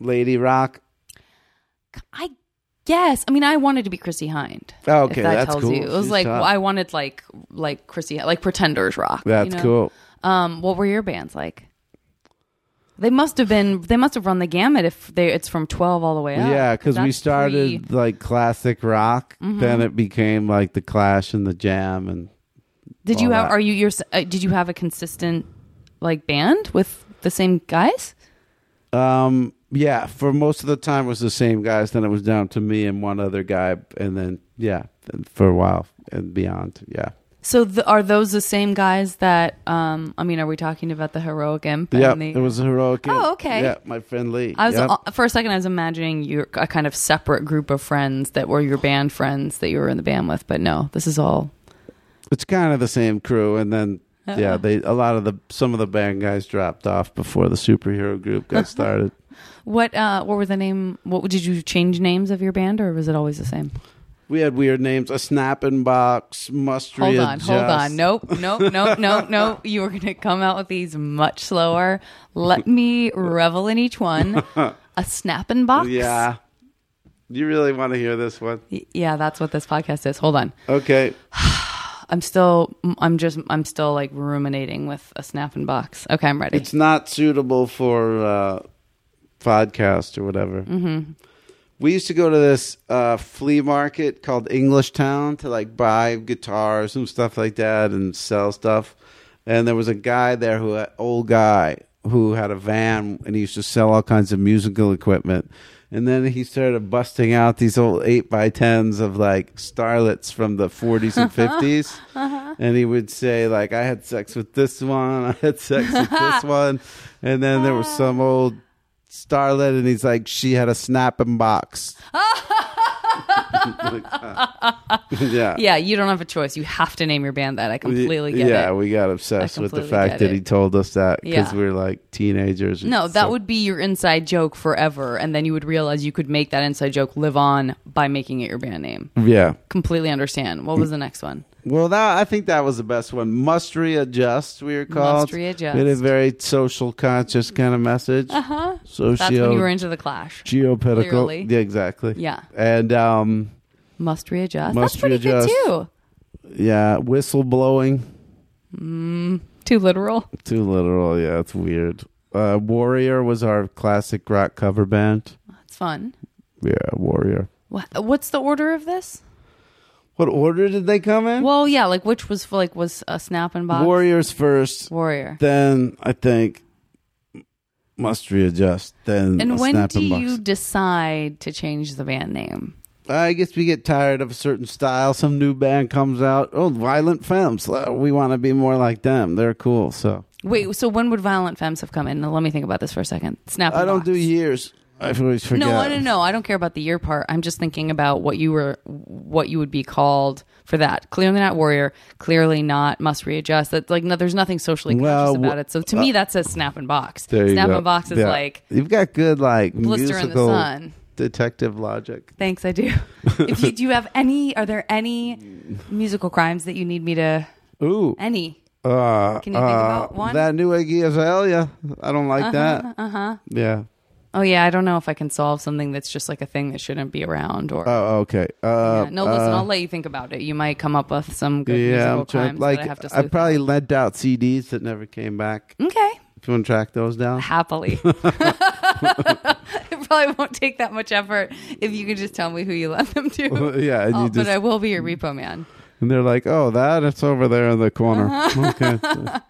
lady rock.
I guess. I mean, I wanted to be Chrissy Hind.
Oh,
if
okay,
that
that's
tells
cool.
you. It was
She's
like
tough.
I wanted like like Chrissy like Pretenders rock. you
That's
know?
cool.
Um, what were your bands like? They must have been. They must have run the gamut. If they, it's from twelve all the way up.
Yeah, because we
That's Mm-hmm.
started
pre-
like classic rock. Then it became like the Clash and the Jam, and
did you
all
have?
that.
Are you your? Uh, did you have a consistent like band with the same guys?
Um, yeah, for most of the time it was the same guys. Then it was down to me and one other guy, and then yeah, and for a while and beyond. Yeah,
So th- are those the same guys that? Um, I mean, are we talking about the heroic imp?
yeah,
and the-
it was a heroic.
Oh, okay.
Yeah, my friend Lee.
I was
Yep.
uh, for a second. I was imagining you a kind of separate group of friends that were your band friends that you were in the band with, but no, this is all
it's kind of the same crew, and then yeah, they a lot of the some of the band guys dropped off before the superhero
<laughs>
group got started.
What uh what were the name what did you change names of your band or was it always the same?
We had weird names: a snapping box, mustard.
Hold on, hold on. Nope, nope,
<laughs>
nope, nope, nope. You were going to come out with these much slower. Let me revel in each one. A snapping box?
Yeah. You really want to hear this one?
Y- Yeah, that's what this podcast is. Hold on.
Okay.
I'm still, I'm just, I'm still like ruminating with a snapping box. Okay, I'm ready.
It's not suitable for uh, podcast or whatever. Mm-hmm. We used to go to this uh, flea market called English Town to like buy guitars and stuff like that and sell stuff. And there was a guy there who, uh, old guy, who had a van and he used to sell all kinds of musical equipment. And then he started busting out these old eight by tens of like starlets from the 40s and 50s, and he would say like, "I had sex with this one, I had sex with this one," and then there was some old starlet, and he's like, "She had a
<laughs>
snapping box." <laughs> Like, uh, yeah,
yeah, you don't have a choice. You have to name your band that. I completely
yeah,
get it.
we got obsessed with the
completely
fact
get
that
it.
he told us that because
Yeah.
we were like teenagers.
No, that
So-
would be your inside joke forever, and then you would realize you could make that inside joke live on by making it your band name.
yeah.
Completely understand. What was the next one?
Well, that I think that was the best one. Must readjust. We were called.
Must readjust. Ah, Uh-huh.
We had a very social conscious kind of message. Uh huh. Socio.
That's when you were into the Clash.
geopedical.
Clearly.
Yeah, exactly.
Yeah.
And um,
Must readjust.
Must
That's pretty
readjust.
good too.
yeah, whistle blowing.
Mm, Too literal.
Too literal. Yeah, it's weird. Uh, Warrior was our classic rock cover band.
That's fun.
Yeah, Warrior.
Wha- What's the order of this?
What order did they come in?
Well, yeah, like which was like was a snap and box
Warriors first.
warrior.
Then I think must readjust. Then a
And when
Snap
do
Box.
you decide to change the band name?
I guess we get tired of a certain style. Some new band comes out. Oh, Violent Femmes. Uh, We want to be more like them. They're cool. So
Wait, so when would Violent Femmes have come in? Now, let me think about this for a second. Snap.
I
and
don't
box.
do years. I always forget.
No, no, no. I don't care about the year part. I'm just thinking about what you were, what you would be called for that. Clearly not warrior. Clearly not must readjust. That's like no, there's nothing socially conscious
Well, wh- uh,
about it. So to me, that says snap and box.
There you
Snap
go.
and box is
Yeah.
like
you've got good like
blister in the
musical
sun.
detective logic.
Thanks, I
<laughs>
do. if you do, you have any? Are there any musical crimes that you need me to?
Ooh,
Any?
uh,
Can you think
uh,
about one?
That new Iggy Azalea. I don't like that. Uh huh. Yeah.
Uh-huh, Oh yeah, I don't know if I can solve something that's just like a thing that shouldn't be around. Or
Oh, okay. Uh,
yeah. no, listen,
uh,
I'll let you think about it. You might come up with some good
yeah,
musical
I'm trying.
crimes
Like
that I have to.
I
sleuth
probably lent out CDs that never
<laughs>
came back.
out. okay.
If you want to track
<laughs>
those down. <laughs>
happily. it probably won't take that much effort if you could just tell me who you lent them to.
yeah, and
Oh,
<laughs> you
but
just
I will be your repo man.
And they're like, "Oh, that it's over there in the corner." <laughs>
<laughs>
okay. Yeah.
Uh-huh.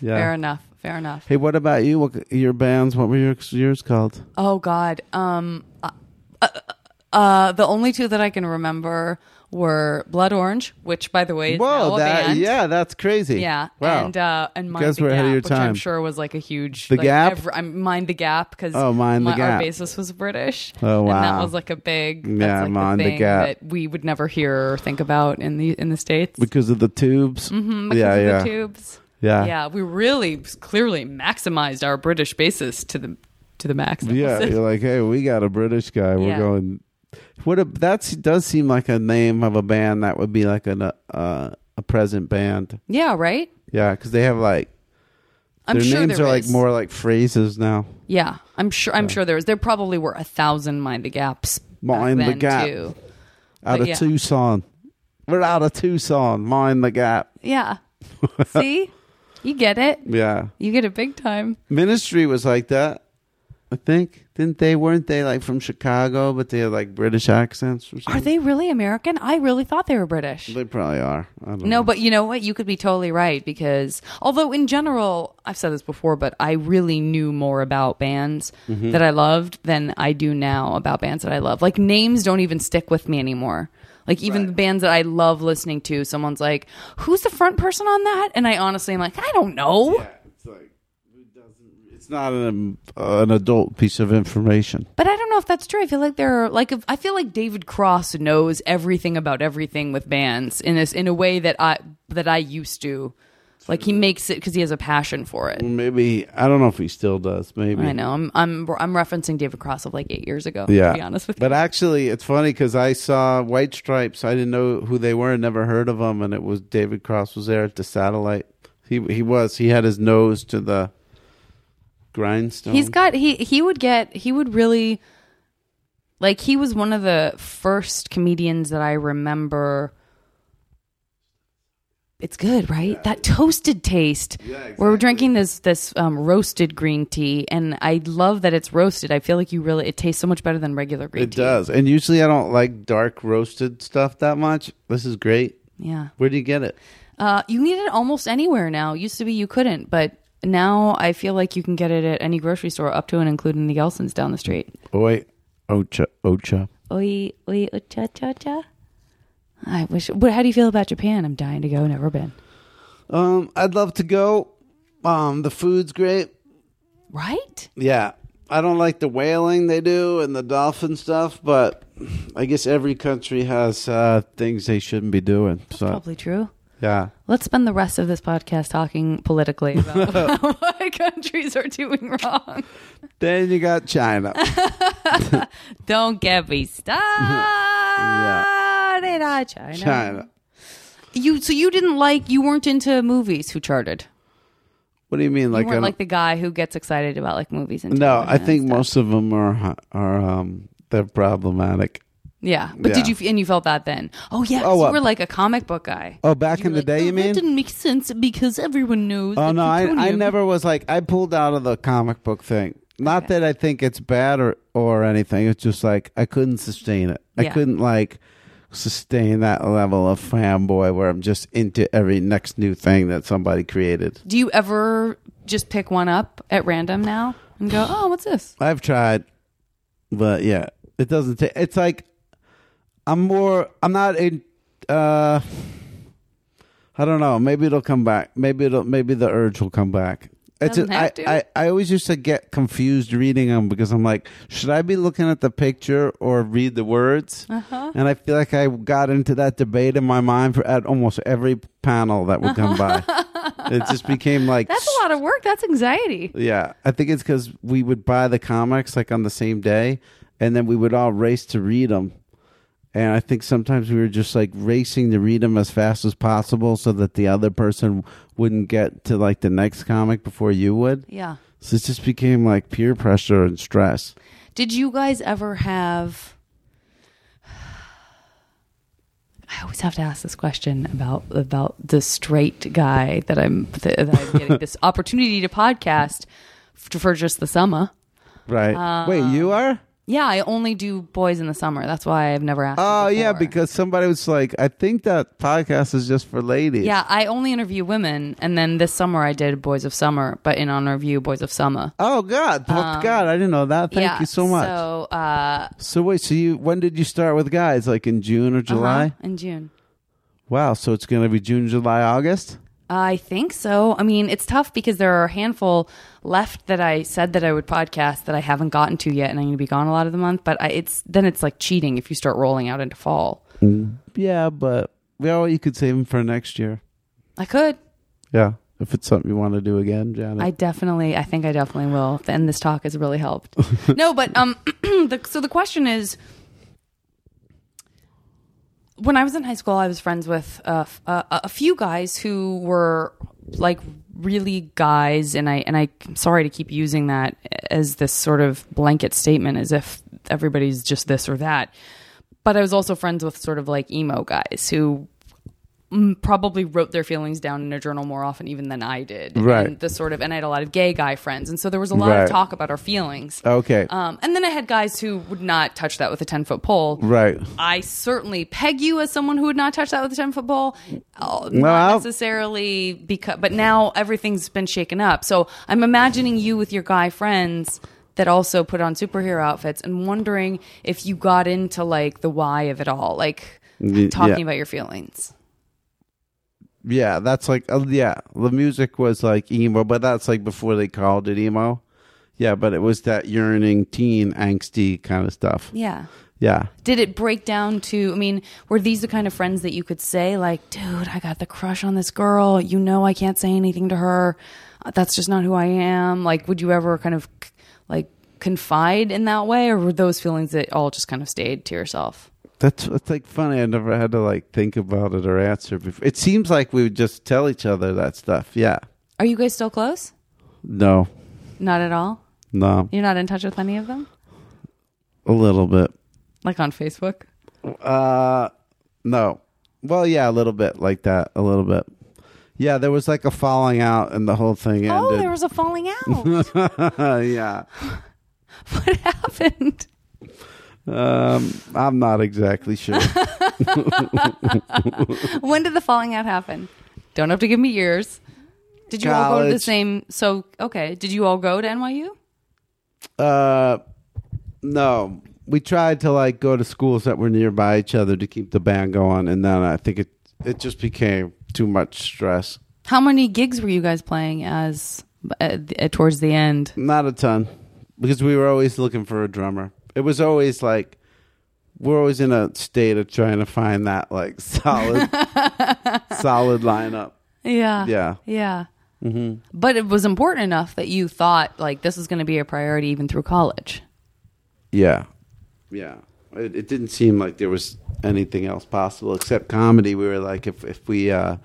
Fair enough. Fair enough.
Hey, what about you? What your bands? What were your, yours called?
Oh God. Um. Uh, uh, the only two that I can remember were Blood Orange, which, by the way, is now a
that
band.
yeah, that's crazy.
Yeah,
Wow.
and uh, and mind
guys
the
were
gap,
ahead of your
which I'm
time.
sure was like a huge
The
like,
Gap?
every- I'm mind the gap because
Oh, Mind the Gap.
Our bassist was British.
Oh,
and that
wow.
was like a big
Yeah,
that's, like,
Mind the
thing
Gap.
that we would never hear or think about in the in the states.
because of the tubes. Mm-hmm, yeah,
Because of
yeah.
the tubes.
yeah,
yeah, we really clearly maximized our British bassist to the to the <laughs> max.
Yeah, You're like, hey, we got a British guy. We're
Yeah.
going. What a that does seem like a name of a band that would be like an uh, a present band.
yeah, right.
Yeah, because they have like
I'm
their
sure
names
there
are like
is.
more like phrases now.
Yeah, I'm sure. I'm sure there was. There probably were a thousand mind the gaps. back
Mind the
then,
Gap.
Too.
Out
But
of
yeah.
Tucson, we're out of Tucson. Mind the gap. <laughs>
Yeah. See? You get it.
Yeah.
You get it big time.
Ministry was like that. I think didn't they? Weren't they like from Chicago, but they had like British accents or
Are
something?
they really American? I really thought they were British.
They probably are. I don't
No,
know.
but you know what? You could be totally right because although in general, I've said this before, but I really knew more about bands that I loved than I do now about bands that I love. Like names don't even stick with me anymore. Like even the bands that I love listening to, someone's like, "Who's the front person on that?" And I honestly am like, "I don't know."
Yeah, it's like it doesn't. It's not an uh, an adult piece of information.
But I don't know if that's true. I feel like there are like if, I feel like David Cross knows everything about everything with bands in this in a way that I that I used to. Like he makes it because he has a passion for it.
Maybe I don't know if he still does. Maybe
I know. I'm I'm I'm referencing David Cross of like eight years ago.
Yeah.
to be honest with you.
But actually, it's funny because I saw White Stripes. I didn't know who they were and never heard of them. And it was David Cross was there at the satellite. He he was. He had his nose to the grindstone.
He's got he he would get he would really like he was one of the first comedians that I remember. It's good, right? That toasted taste. Where we're drinking this this um, roasted green tea, and I love that it's roasted. I feel like you really it tastes so much better than regular green
It
tea.
does. And usually I don't like dark roasted stuff that much. This is great.
Yeah.
Where do you get it?
Uh, you can get it almost anywhere now. Used to be you couldn't, but now I feel like you can get it at any grocery store, up to and including the Gelsons down the street.
Oi, ocha, ocha.
Oi, oi, oh, cha, cha, cha. I wish. What? How do you feel about Japan? I'm dying to go. Never been.
Um, I'd love to go. Um, the food's great.
Right?
Yeah. I don't like the whaling they do and the dolphin stuff, but I guess every country has uh, things they shouldn't be doing. So
Probably true.
yeah,
Let's spend the rest of this podcast talking politically about what countries are doing wrong.
then you got China.
Don't get me started. on China.
China.
You. So you didn't like. You weren't into movies who charted.
What do you mean?
You
Like, I
weren't
don't-
like the guy who gets excited about like movies and
no,
television
I
and
think
stuff.
most of them are are um, they're problematic.
Yeah, but did
Yeah.
you and you felt that then? Oh yeah, 'cause
Oh,
you
what?
were like a comic book guy.
Oh, back in the
Like,
day,
"Oh,
you
that
mean?
didn't make sense because everyone knows.
Oh
that
no, I, I
plutonium-
never was like I pulled out of the comic book thing. Not that I think it's bad or or anything. It's just like I couldn't sustain it. I
Yeah.
couldn't like sustain that level of fanboy where I'm just into every next new thing that somebody created.
Do you ever just pick one up at random now and go, "Oh, what's this?" <laughs>
I've tried, but yeah, it doesn't take. It's like I'm more. I'm not in. Uh, I don't know. Maybe it'll come back. Maybe it'll. Maybe the urge will come back. It's.
Doesn't
I,
have to.
I. I always used to get confused reading them because I'm like, should I be looking at the picture or read the words?
Uh-huh.
And I feel like I got into that debate in my mind for at almost every panel that would
<laughs>
come by. It just became like
That's a lot of work. That's anxiety.
yeah, I think it's because we would buy the comics like on the same day, and then we would all race to read them. And I think sometimes we were just like racing to read them as fast as possible, so that the other person wouldn't get to like the next comic before you would.
Yeah.
So it just became like peer pressure and stress.
Did you guys ever have? I always have to ask this question about about the straight guy that I'm that I'm getting this opportunity to podcast f- for just the summer.
Right? Wait, you are?
Yeah, Uh, I only do boys in the summer. That's why I've never asked. you
Oh yeah,
before.
because somebody was like, I think that podcast is just for ladies.
yeah, I only interview women, and then this summer I did boys of summer, but in honor of you, boys of summer.
Oh God, Oh, God, I didn't know that. Thank
Um, yeah,
you so much.
So uh,
So wait, so you when did you start with guys? Like in June or July?
uh-huh, in June.
Wow, so it's going to be June, July, August?
I think so. I mean, it's tough because there are a handful left that I said that I would podcast that I haven't gotten to yet, and I'm going to be gone a lot of the month. But I, it's then it's like cheating if you start rolling out into fall.
Yeah, but well, you could save them for next year.
I could.
Yeah, if it's something you want to do again, Janet.
I definitely, I think I definitely will. And this talk has really helped. no, but um, <clears throat> the, so the question is, when I was in high school, I was friends with uh, f- uh, a few guys who were like really guys, and I and I, I'm sorry to keep using that as this sort of blanket statement, as if everybody's just this or that. But I was also friends with sort of like emo guys who mm, probably wrote their feelings down in a journal more often even than I did.
Right.
And the sort of, and I had a lot of gay guy friends, and so there was a lot
Right. Oh,
of talk about our feelings.
okay.
Um, and then I had guys who would not touch that with a ten foot pole.
right.
I certainly peg you as someone who would not touch that with a 10 foot ball. Uh,
I'll-
not necessarily because, but now everything's been shaken up. So I'm imagining you with your guy friends that also put on superhero outfits and wondering if you got into like the why of it all, like
Y-
talking
yeah.
about your feelings.
Yeah, that's like uh, yeah, the music was like emo, but that's like before they called it emo. Yeah, but it was that yearning teen angsty kind of stuff.
Yeah.
Yeah.
Did it break down to? I mean, were these the kind of friends that you could say, like, dude, I got the crush on this girl. You know, I can't say anything to her. Uh, That's just not who I am. Like, would you ever kind of like confide in that way, or were those feelings that all just kind of stayed to yourself?
That's, that's like funny. I never had to like think about it or answer before. It seems like we would just tell each other that stuff. Yeah.
Are you guys still close?
No.
Not at all.
No.
You're not in touch with any of them,
A little bit.
like on Facebook.
Uh, no. Well, yeah, a little bit like that. A little bit. Yeah, there was like a falling out, and the whole thing ended.
Oh, there was a falling out.
<laughs> yeah.
<laughs> what happened?
Um, I'm not exactly sure.
When did the falling out happen? Don't have to give me years. Did you all go to the
College.
same? So okay, did you all go to NYU?
uh, no, we tried to like go to schools that were nearby each other to keep the band going, and then I think it it just became too much stress.
How many gigs were you guys playing as uh, uh, towards the end?
Not a ton, because we were always looking for a drummer. It was always like we're always in a state of trying to find that like <laughs> solid, solid lineup.
Yeah,
Yeah.
yeah. Mm-hmm. But it was important enough that you thought like this was going to be a priority even through college.
Yeah. Yeah. It, it didn't seem like there was anything else possible except comedy. We were like, if, if we, uh,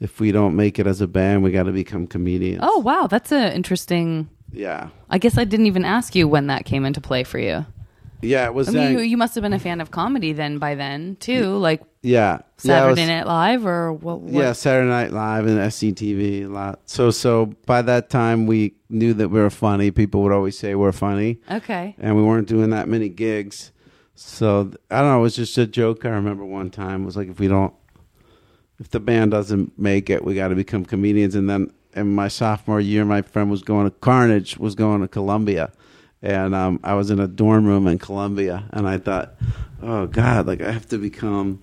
if we don't make it as a band, we got to become comedians.
Oh wow, that's an interesting.
Yeah.
I guess I didn't even ask you when that came into play for you.
Yeah. It was,
I mean,
then-
you, you must have been a fan of comedy then by then too, like
yeah. yeah, it was-
Saturday Night Live or what? what
Yeah. Saturday Night Live and SCTV a lot. So, so by that time we knew that we were funny. People would always say we're funny
Okay.
and we weren't doing that many gigs. So th- I don't know. It was just a joke. I remember one time it was like, if we don't, if the band doesn't make it, we got to become comedians. And then in my sophomore year, my friend was going to Carnage, was going to Columbia, and um, I was in a dorm room in Columbia, and I thought, oh God, like I have to become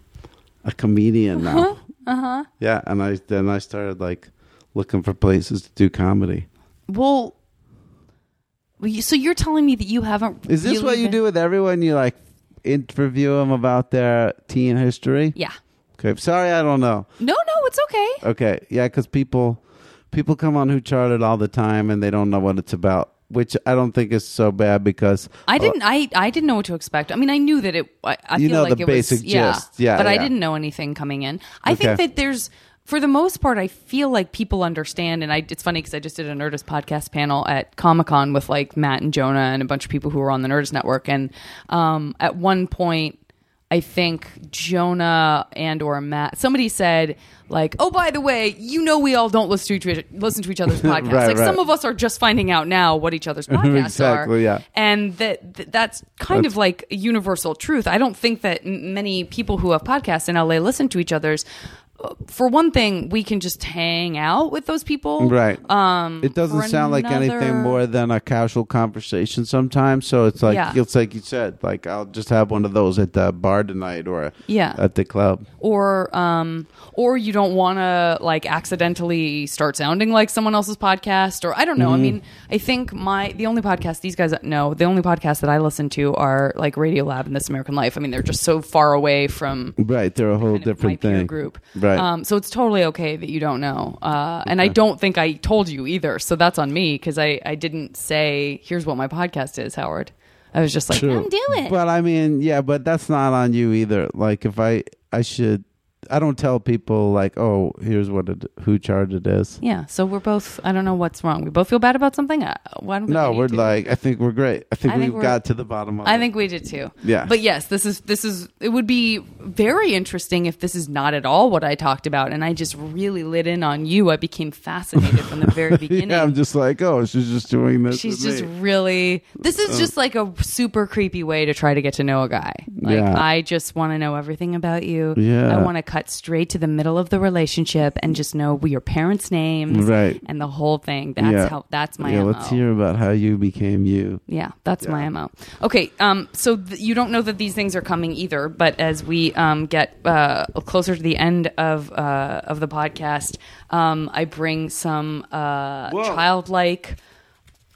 a comedian now. Uh
Uh-huh.
huh. Yeah, and I then I started like looking for places to do comedy.
Well, well, you- so you're telling me that you haven't.
Is this
really
what you
been-
do with everyone? You like interview them about their teen history?
Yeah.
Okay. Sorry, I don't know.
No, no, it's okay.
Okay. Yeah, because people people come on Who Charted all the time and they don't know what it's about, which I don't think is so bad because
I didn't. I I didn't know what to expect. I mean, I knew that it. I, I
Uh, You
feel
know
like
the
it
basic
was, yeah,
gist. Yeah,
but I
yeah.
didn't know anything coming in. I think
Okay.
that there's. For the most part, I feel like people understand, and I, it's funny because I just did a Nerdist podcast panel at Comic Con with like Matt and Jonah and a bunch of people who were on the Nerdist network, and um, at one point, I think Jonah and or Matt, somebody said like, "Oh, by the way, you know we all don't listen to each, listen to each other's podcasts.
<laughs> Right,
like some
right.
of us are just finding out now what each
<laughs>
other's podcasts are."
Exactly, yeah.
and that th- that's kind of like a universal truth. I don't think that m- many people who have podcasts in LA listen to each other's. Uh, For one thing, we can just hang out with those people,
Oh, Right.
Um,
it
for
doesn't sound like anything
another-
more than a casual conversation sometimes. So it's like
Yeah.
it's like you said, like I'll just have one of those at the bar tonight or
Yeah.
at the club.
or um, or you don't want to like accidentally start sounding like someone else's podcast, or I don't know.
Mm-hmm.
I mean, I think my the only podcast these guys know, the only podcasts that I listen to are like Radio Lab and This American Life. I mean, they're just so far away from
Right. They're a whole
kind of
different
my peer
thing.
group.
Right.
Um, so it's totally okay that you don't know. Uh, And I don't think I told you either. So that's on me because I, I didn't say, here's what my podcast is, Howard. I was just like,
True.
I'm doing it.
But I mean, yeah, but that's not on you either. Like if I I should I don't tell people like, "Oh, here's what it who charged it is."
yeah. So we're both, I don't know what's wrong. We both feel bad about something. Uh, why don't we
No,
need
we're
to?
like I think we're great. I think
I think
we've
we're-
got to the bottom of it.
I think we did too.
Yeah.
But yes, this is this is it would be very interesting if this is not at all what I talked about and I just really lit in on you. I became fascinated from the very beginning.
<laughs> Yeah, I'm just like, "Oh, she's just doing this."
She's
with
just
me." Uh.
really. This is just like a super creepy way to try to get to know a guy. Like
Yeah.
I just want to know everything about you. I
Yeah.
want to cut straight to the middle of the relationship and just know your parents' names,
Right.
And the whole thing. That's
Yeah.
how. That's my
Yeah,
mo.
let's hear about how you became you.
Yeah, that's my mo. Okay, um, so th- you don't know that these things are coming either, but as we um, get uh, closer to the end of uh, of the podcast, um, I bring some uh,
Whoa.
childlike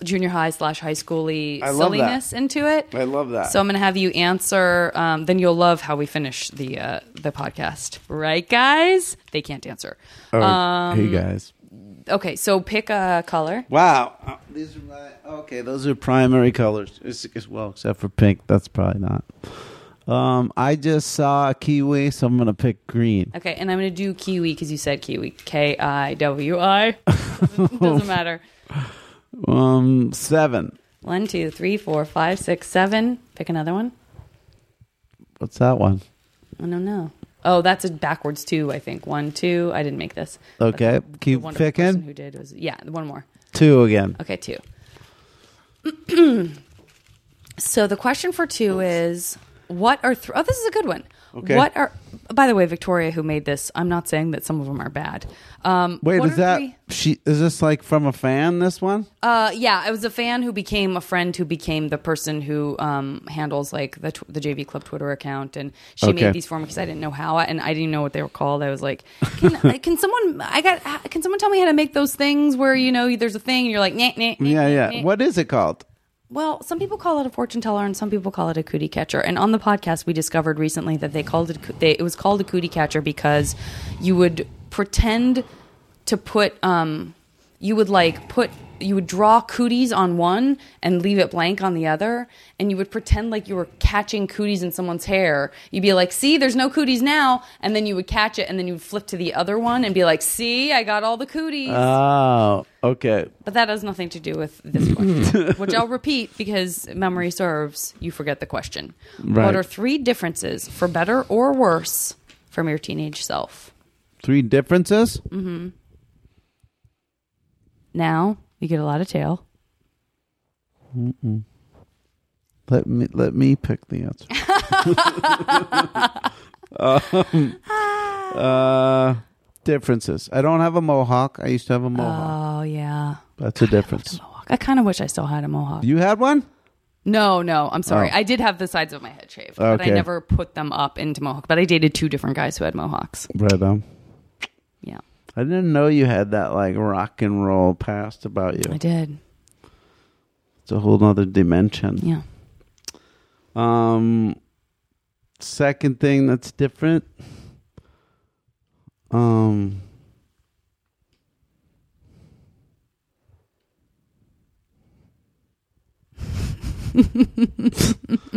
junior high slash high schooly
I love that.
silliness into it.
I love that.
So I'm going to have you answer. Um, then you'll love how we finish the uh, the podcast, right, guys? They can't answer. Um,
Oh, hey guys.
Okay, so pick a color.
Wow. Uh, These are my, okay, those are primary colors as, as well, except for pink. That's probably not. Um, I just saw a kiwi, so I'm going to pick green.
Okay, and I'm going to do kiwi because you said kiwi. K I W
<laughs>
I. Doesn't doesn't matter.
Um, seven.
One, two, three, four, five, six, seven. Pick another one.
What's that one?
I don't know. Oh, that's a backwards two. I think one, two. I didn't make this.
Okay,
But the
keep
wonderful
picking.
person Who did was yeah, one more.
Two again.
Okay, two. <clears throat> so the question for two is what are th- oh this is a good one.
Okay.
What are by the way Victoria who made this? I'm not saying that some of them are bad. Um,
Wait,
what
is
are
that
three-
she? Is this like from a fan? This one?
uh, yeah, I was a fan who became a friend who became the person who um, handles like the tw- the JV Club Twitter account, and she
Okay.
made these for me because I didn't know how, and I didn't know what they were called. I was like, can, can someone I got can someone tell me how to make those things where you know there's a thing and you're like, nah, nah, nah,
Yeah,
nah,
yeah.
nah."
What is it called?
Well, some people call it a fortune teller, and some people call it a cootie catcher. And on the podcast, we discovered recently that they called it a coo- they, it was called a cootie catcher because you would pretend to put um, you would like put you would draw cooties on one and leave it blank on the other, and you would pretend like you were catching cooties in someone's hair. You'd be like, "See, there's no cooties now," and then you would catch it, and then you would flip to the other one and be like, "See, I got all the cooties."
Oh, okay.
But that has nothing to do with this
<laughs>
one, which I'll repeat because memory serves. You forget the question.
Right.
What are three differences, for better or worse, from your teenage self?
Three differences.
Mm. Now you get a lot of tail.
Let me let me pick the
<laughs>
answer. um, uh, differences. I don't have a mohawk. I used to have a mohawk.
Oh yeah,
That's a difference.
mohawk. I kind of wish I still had a mohawk.
You had one?
No, no, I'm sorry.
Oh.
I did have the sides of my head shaved, but I
Okay.
never put them up into mohawk. But I dated two different guys who had mohawks.
Right on.
Yeah,
I didn't know you had that like rock and roll past about
I
you.
did.
It's a whole nother dimension.
Yeah.
Um, second thing that's different. Um, <laughs>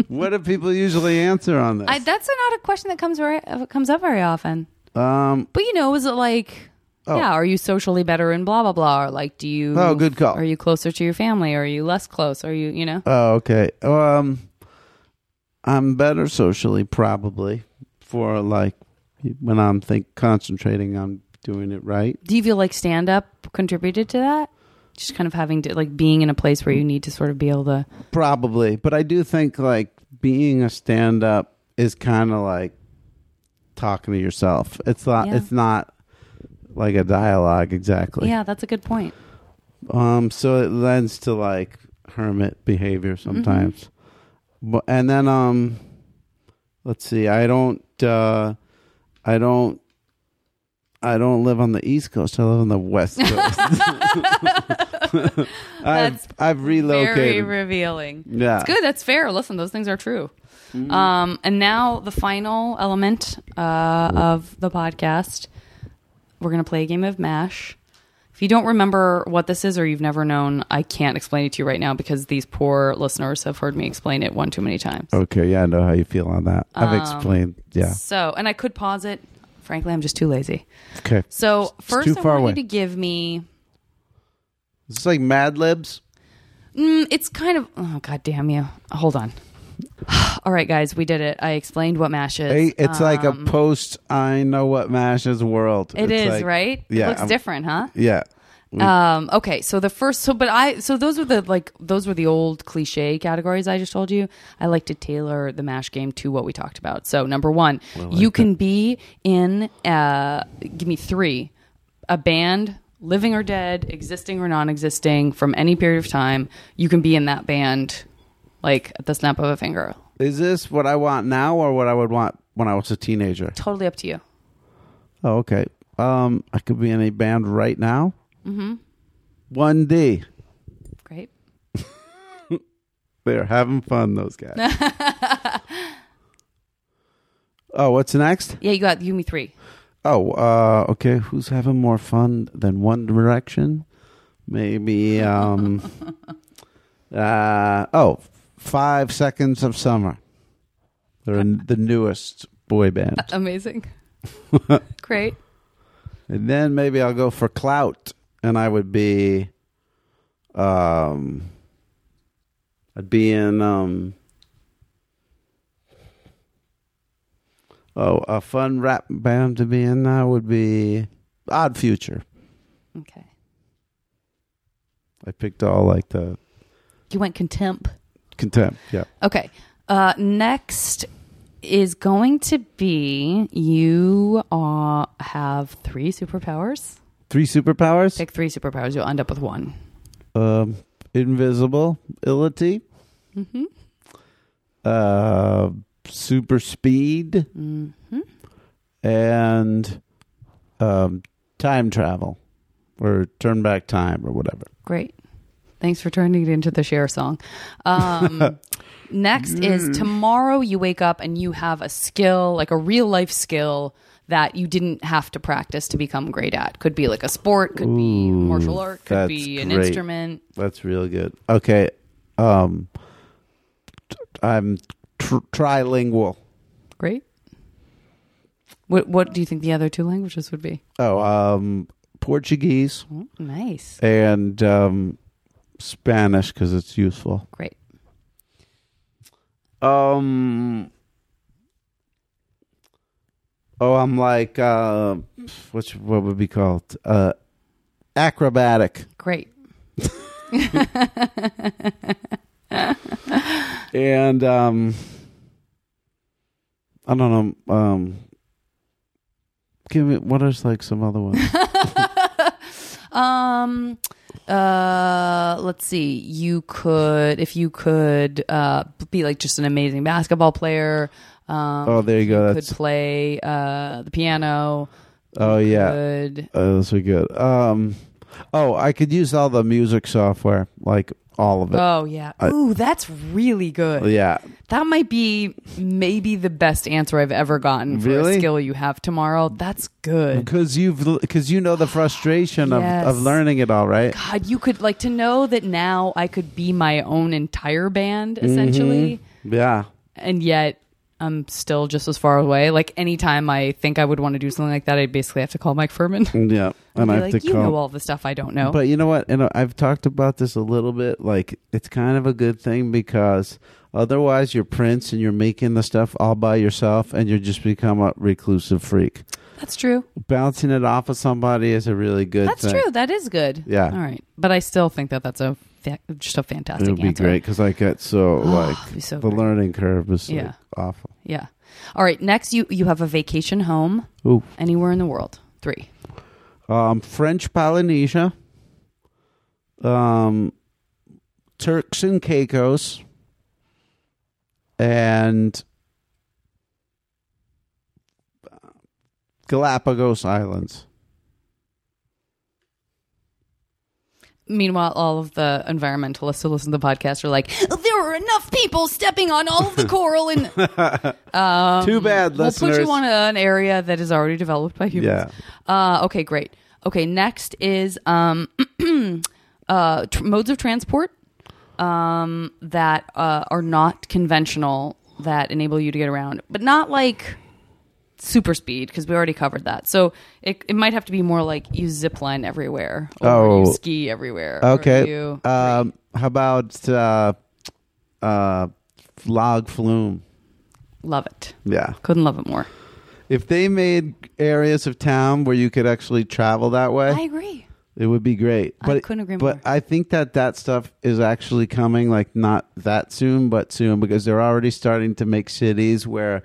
what do people usually answer on this?
I, that's not a question that comes very, uh, comes up very often.
um,
But you know, is it like,
Oh.
yeah, are you socially better and blah blah blah? Or like, do you?
Oh, good call.
Are you closer to your family? Are you less close? Are you, you know?
oh, okay. Um, I'm better socially probably for like when I'm think concentrating on doing it right.
Do you feel like stand up contributed to that? Just kind of having to like being in a place where you need to sort of be able to.
Probably, but I do think like being a stand up is kind of like talking to yourself. It's not
Yeah.
it's not like a dialogue exactly.
yeah, that's a good point.
Um so it lends to like hermit behavior
Mm-hmm.
sometimes. But and then um let's see. I don't uh I don't I don't live on the East Coast. I live on the
<laughs>
West Coast. <laughs> I've
That's
I've
Very
relocated.
revealing.
yeah.
It's good. That's fair. Listen, those things are true.
Mm.
Um, and now the final element uh, of the podcast. We're going to play a game of MASH. If you don't remember what this is or you've never known, I can't explain it to you right now because these poor listeners have heard me explain it one too many times.
Okay, yeah, I know how you feel on that.
Um,
I've explained. Oh, Yeah.
So, and I could pause it. Frankly, I'm just too lazy.
Okay.
So,
It's
first,
too
I
far
want
away.
you to give me.
It's like Mad Libs.
Mm, it's kind of. Oh, God damn you. Hold on. <sighs> All right, guys, we did it. I explained what MASH is.
Hey, it's like a
Um,
post I know what MASH is world.
It
It's
is
like-
right.
yeah,
it looks
I'm- Mm.
different, huh?
Yeah. We-
Um, okay, so the first, so but I, so those were the like those were the old cliche categories I just told you. I like to tailor the mash game to what we talked about. So number one, you can be in, uh, give me three, a band, living or dead, existing or non-existing, from any period of time. You can be in that band, like at the snap of a finger.
is this what I want now or what I would want when I was a teenager?
Totally up to you.
Oh, okay. Um, I could be in a band right now. Mm-hmm. One D.
Great.
They are having fun, those guys. Uh, oh, what's next?
<laughs> Yeah, you got Yumi three.
Oh, uh, okay. Who's having more fun than One Direction? Maybe. Um, uh, oh, Five Seconds of Summer. They're in the newest
<laughs>
boy band.
Amazing. Great.
And then maybe I'll go for clout, and I would be, um, I'd be in, um, oh, a fun rap band to be in. That would be Odd Future.
Okay.
I picked all like the
You went contempt.
contempt. Yeah.
Okay. Uh, next is going to be you uh, have three superpowers.
Three superpowers.
Pick three superpowers. You'll end up with one.
um, invisible illity,
Mm-hmm.
uh, super speed,
Mm-hmm.
and um, time travel or turn back time or whatever.
Great. Thanks for turning it into the share song.
<laughs>
Um, next
Mm.
is tomorrow you wake up and you have a skill, like a real life skill that you didn't have to practice to become great at. Could be like a sport, could be
Ooh,
martial art, could
that's
be an
great.
instrument.
That's real good. Okay. Um, t- I'm tr- trilingual.
Great. What What do you think the other two languages would be?
Oh, um, Portuguese
Oh, nice.
and um, Spanish because it's useful.
Great.
Um. Oh, I'm like, uh, what's what would be called uh, acrobatic <laughs>
Great. <laughs>
and um, I don't know. Um, give me what is like some
<laughs>
other ones.
um. Uh. Let's see. You could, if you could, uh, be like just an amazing basketball player. Um,
Oh, there you go.
Could
That's-
play uh the piano.
oh yeah,
Could
uh, those are good. Um, oh, I could use all the music software, like all of it.
Oh yeah.
I-
Ooh, that's really good.
yeah,
That might be maybe the best answer I've ever gotten for a
Really?
skill you have tomorrow. That's good.
because you've because you know the frustration
Uh, Yes.
of of learning it all, right?
God, you could like to know that now I could be my own entire band
Mm-hmm.
essentially,
Yeah.
and yet I'm still just as far away. Like anytime I think I would want to do something like that, I'd basically have to call Mike Furman. <laughs>
Yeah, and
Be
I have
like,
to
you
call.
know all the stuff I don't know.
But you know what? And I've talked about this a little bit. Like it's kind of a good thing because otherwise you're Prince and you're making the stuff all by yourself, and you just become a reclusive freak.
That's true.
Bouncing it off of somebody is a really good.
That's
thing.
true. That is good.
Yeah.
All right, but I still think that that's a fa- just a
It
fantastic
would be
answer.
great because I
<gasps>
get so like
It'd be so
the
great.
learning curve is like,
Yeah.
awful.
Yeah. All right. Next, you you have a vacation home
Ooh.
anywhere in the world. Three.
Um, French Polynesia. Um, Turks and Caicos. And uh, Galapagos Islands.
Meanwhile, all of the environmentalists who listen to the podcast are like, there were enough people stepping on all of the coral.
<laughs>
And um,
Too bad,
we'll
listeners.
put you on a- an area that is already developed by humans. Yeah. Uh, okay, great. Okay, next is um, <clears throat> uh, tr- modes of transport um, that uh, are not conventional that enable you to get around, but not like super speed because we already covered that. So it, it might have to be more like you zip line everywhere, or
Oh.
you ski everywhere. or
Okay.
you-
Um, how about uh, uh, Log Flume?
love it.
Yeah.
Couldn't love it more.
If they made areas of town where you could actually travel that way,
agree.
It would be great.
I
But
couldn't agree
But
more.
I think that that stuff is actually coming, like not that soon, but soon, because they're already starting to make cities where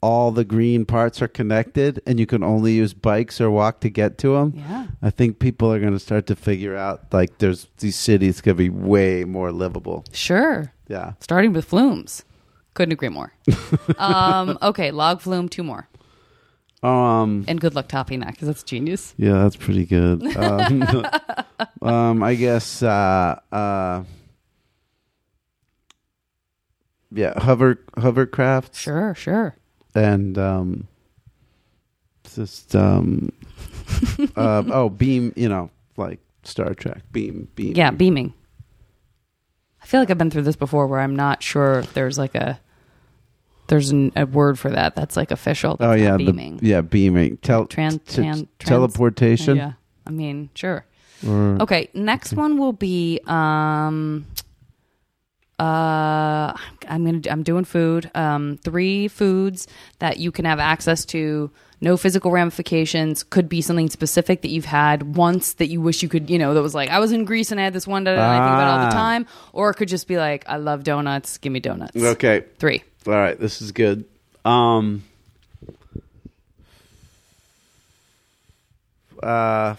all the green parts are connected, and you can only use bikes or walk to get to them.
Yeah.
I think people are going to start to figure out like there's these cities could be way more livable.
Sure.
Yeah.
Starting with flumes. Couldn't agree
<laughs>
more. um, okay, log flume, two more.
Um.
And good luck topping that because that's genius.
Yeah, that's pretty good.
<laughs>
Um, um I guess. Uh, uh, yeah, hover hovercrafts
Sure, sure.
and um,
<laughs>
just um, uh, oh beam, you know, like Star Trek beam beam.
Yeah, beaming. I feel like I've been through this before where I'm not sure if there's like a there's an, a word for that that's like official. That's
oh
not
yeah, the-
beaming.
yeah, beaming. Tel-
Tran-
t-
tran- trans-
t- teleportation.
Yeah. I mean, sure.
Or-
Okay, next one will be um uh I'm going to I'm doing food. Um three foods that you can have access to no physical ramifications could be something specific that you've had once that you wish you could, you know, that was like I was in Greece and I had this one da, da, da, and I think about it all the
Ah.
time or it could just be like I love donuts, give me donuts.
Okay.
3.
All right. This is good. Um. Uh.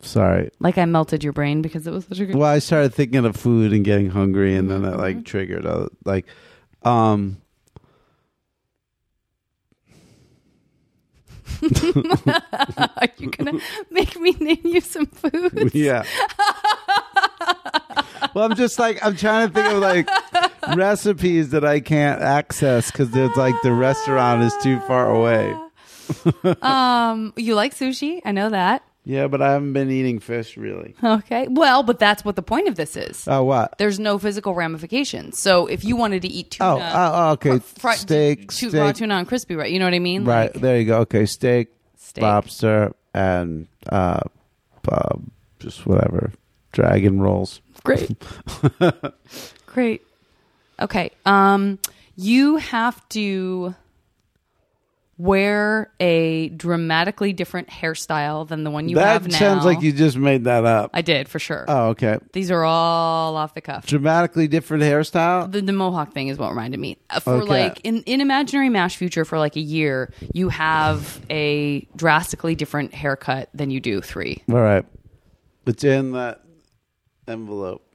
Sorry.
Like I melted your brain because it was such a good <laughs>
<laughs> Well, I started thinking of food and getting hungry, and then that like triggered uh, like, um. <laughs>
Are you going to make me name you some food? <laughs>
Yeah. well, I'm just like I'm trying to think of like recipes that I can't access because it's like the restaurant is too far <laughs> away.
<laughs> um, you like sushi? I know that.
Yeah, but I haven't been eating fish really.
Okay. Well, but that's what the point of this is.
Oh, what?
There's no physical ramifications. So if you wanted to eat
Oh,
tuna,
oh, oh, okay.
fri-
steak,
tu-
steak.
raw tuna and crispy, right? You know what I mean?
right
Like,
there you go. Okay, steak,
steak.
lobster, and uh, uh, just whatever dragon rolls. <laughs>
Great. Great. Okay. Um, you have to wear a dramatically different hairstyle than the one you
that
have now.
sounds like you just made that up.
I did for sure.
oh, okay.
These are all off the cuff.
Dramatically different hairstyle.
the, the mohawk thing is what reminded me Uh, for
Okay.
like in, in imaginary mash future for like a year you have a drastically different haircut than you do three.
All right, it's in that envelope.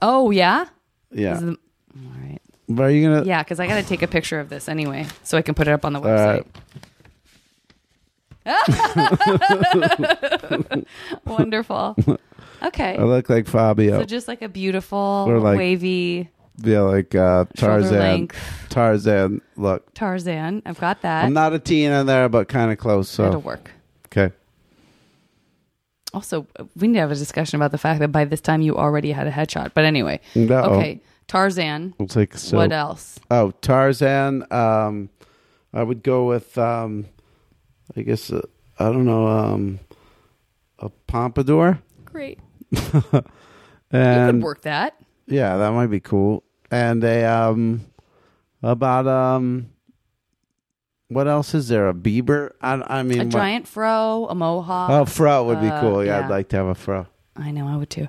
Oh yeah Is
Yeah.
the- all right
But Are you gonna?
yeah because i gotta take a picture of this anyway so i can put it up on the
All
website
right. <laughs>
wonderful okay
I look like Fabio.
so just like a beautiful
Or Oh, like
wavy
yeah, like uh, Tarzan.
length.
Tarzan. Look,
tarzan i've got that
I'm not a teen in there, but kind of close.
that'll
So
work
okay.
also we need to have a discussion about the fact that by this time you already had a headshot but anyway
No.
okay tarzan
We'll take so.
what else
Oh, Tarzan. Um, I would go with. Um, I guess uh, I don't know. Um, a pompadour. <laughs>
great you
And
could work that
yeah, that might be cool. And a um, about um, what else is there? A Bieber. I, I mean,
a
what-
giant fro, a mohawk.
Oh, fro would be
Uh,
cool. Yeah,
yeah.
I'd like to have a fro.
I know, I would too.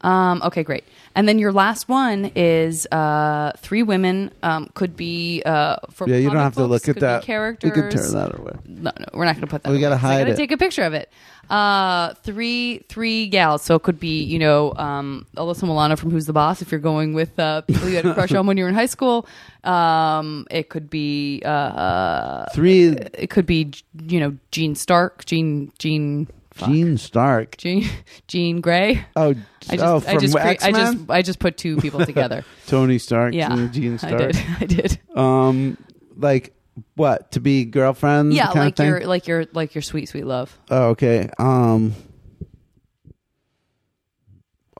Um, okay, great. And then your last one is uh, three women um, could be uh, for
Yeah, you don't
comic
have to
books,
look
could
at
be
that.
characters.
You can turn that away.
No, no, we're not going to put that.
We
away,
gotta
'cause I
hide
gotta
it.
take a picture of it. Uh, three, three gals. So it could be, you know, um, Alyssa Milano from Who's the Boss. If you're going with uh, people you had
<laughs>
a crush on when you were in high school, um, it could be, uh,
Three
it could be, you know, Jean Stark, Jean, Jean, fuck.
Gene Stark.
<laughs> Jean, Jean Grey.
Oh,
I just,
oh,
I
from
just, cre-
X
I
Men.
just, I just put two
<laughs>
people together.
Tony Stark.
yeah,
and Gene
<laughs>
Stark.
I did, I did.
Um, like what to be girlfriend?
Yeah,
Mm, kind of
like
thing?
your, like your, like your sweet, sweet love,
Oh, okay. Um,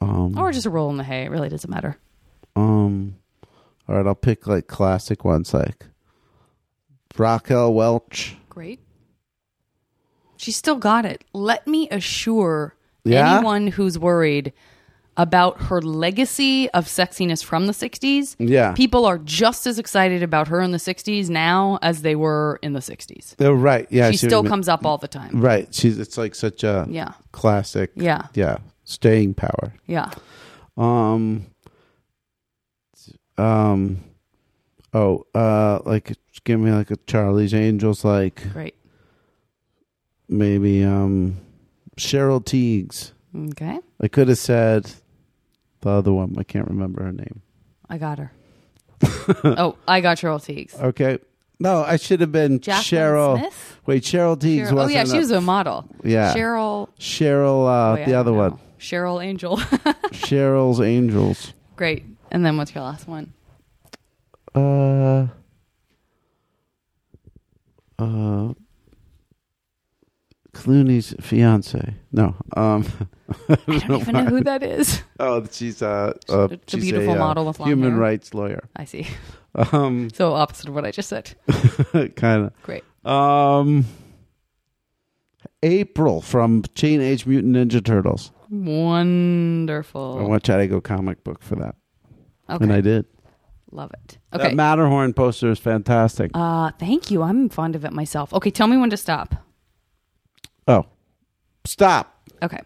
um,
or just a roll in the hay. It really doesn't matter.
um. All right, I'll pick like classic ones, like Raquel Welch.
Great. She still got it. Let me assure
Yeah?
anyone who's worried about her legacy of sexiness from the 60s.
Yeah,
People are just as excited about her in the 60s now as they were in the 60s.
oh, right. Yeah,
she
see what
still
you mean.
comes up all the time.
Right, she's it's like such a
Yeah.
classic.
Yeah.
yeah, staying power.
Yeah.
Um, um, oh, uh, like give me like a Charlie's Angels, like
Great.
maybe um Cheryl Teagues.
Okay.
I could have said the other one. I can't remember her
<laughs>
name.
I got her.
Uh,
oh, I got Cheryl Teagues.
Okay. No, I should have been
Jacqueline
uh, Cheryl.
Smith?
Wait, Cheryl Teagues
Cheryl- Oh,
wasn't.
yeah. She was a model.
yeah.
Cheryl. Oh,
Cheryl, uh,
Boy, I
the
<laughs>
other
don't know.
one.
Cheryl Angel. <laughs>
Cheryl's Angels.
Great. And then what's your last
<laughs>
one?
Uh. Uh. Clooney's fiance. No. Um. <laughs>
I don't even know who that is.
Oh, she's uh, uh,
It's a
she's
beautiful
uh,
model with long
human
hair.
rights lawyer.
I see. <laughs>
Um, <laughs>
So opposite of what I just said.
kind
Great.
of. Um, April from Teenage Mutant Ninja Turtles. I
Wonderful.
want to try to go comic book for that,
Okay.
and I did.
Love it.
That
Okay.
Matterhorn poster is fantastic.
Uh, thank you. I'm fond of it myself. Okay, tell me when to stop.
oh, stop!
Okay.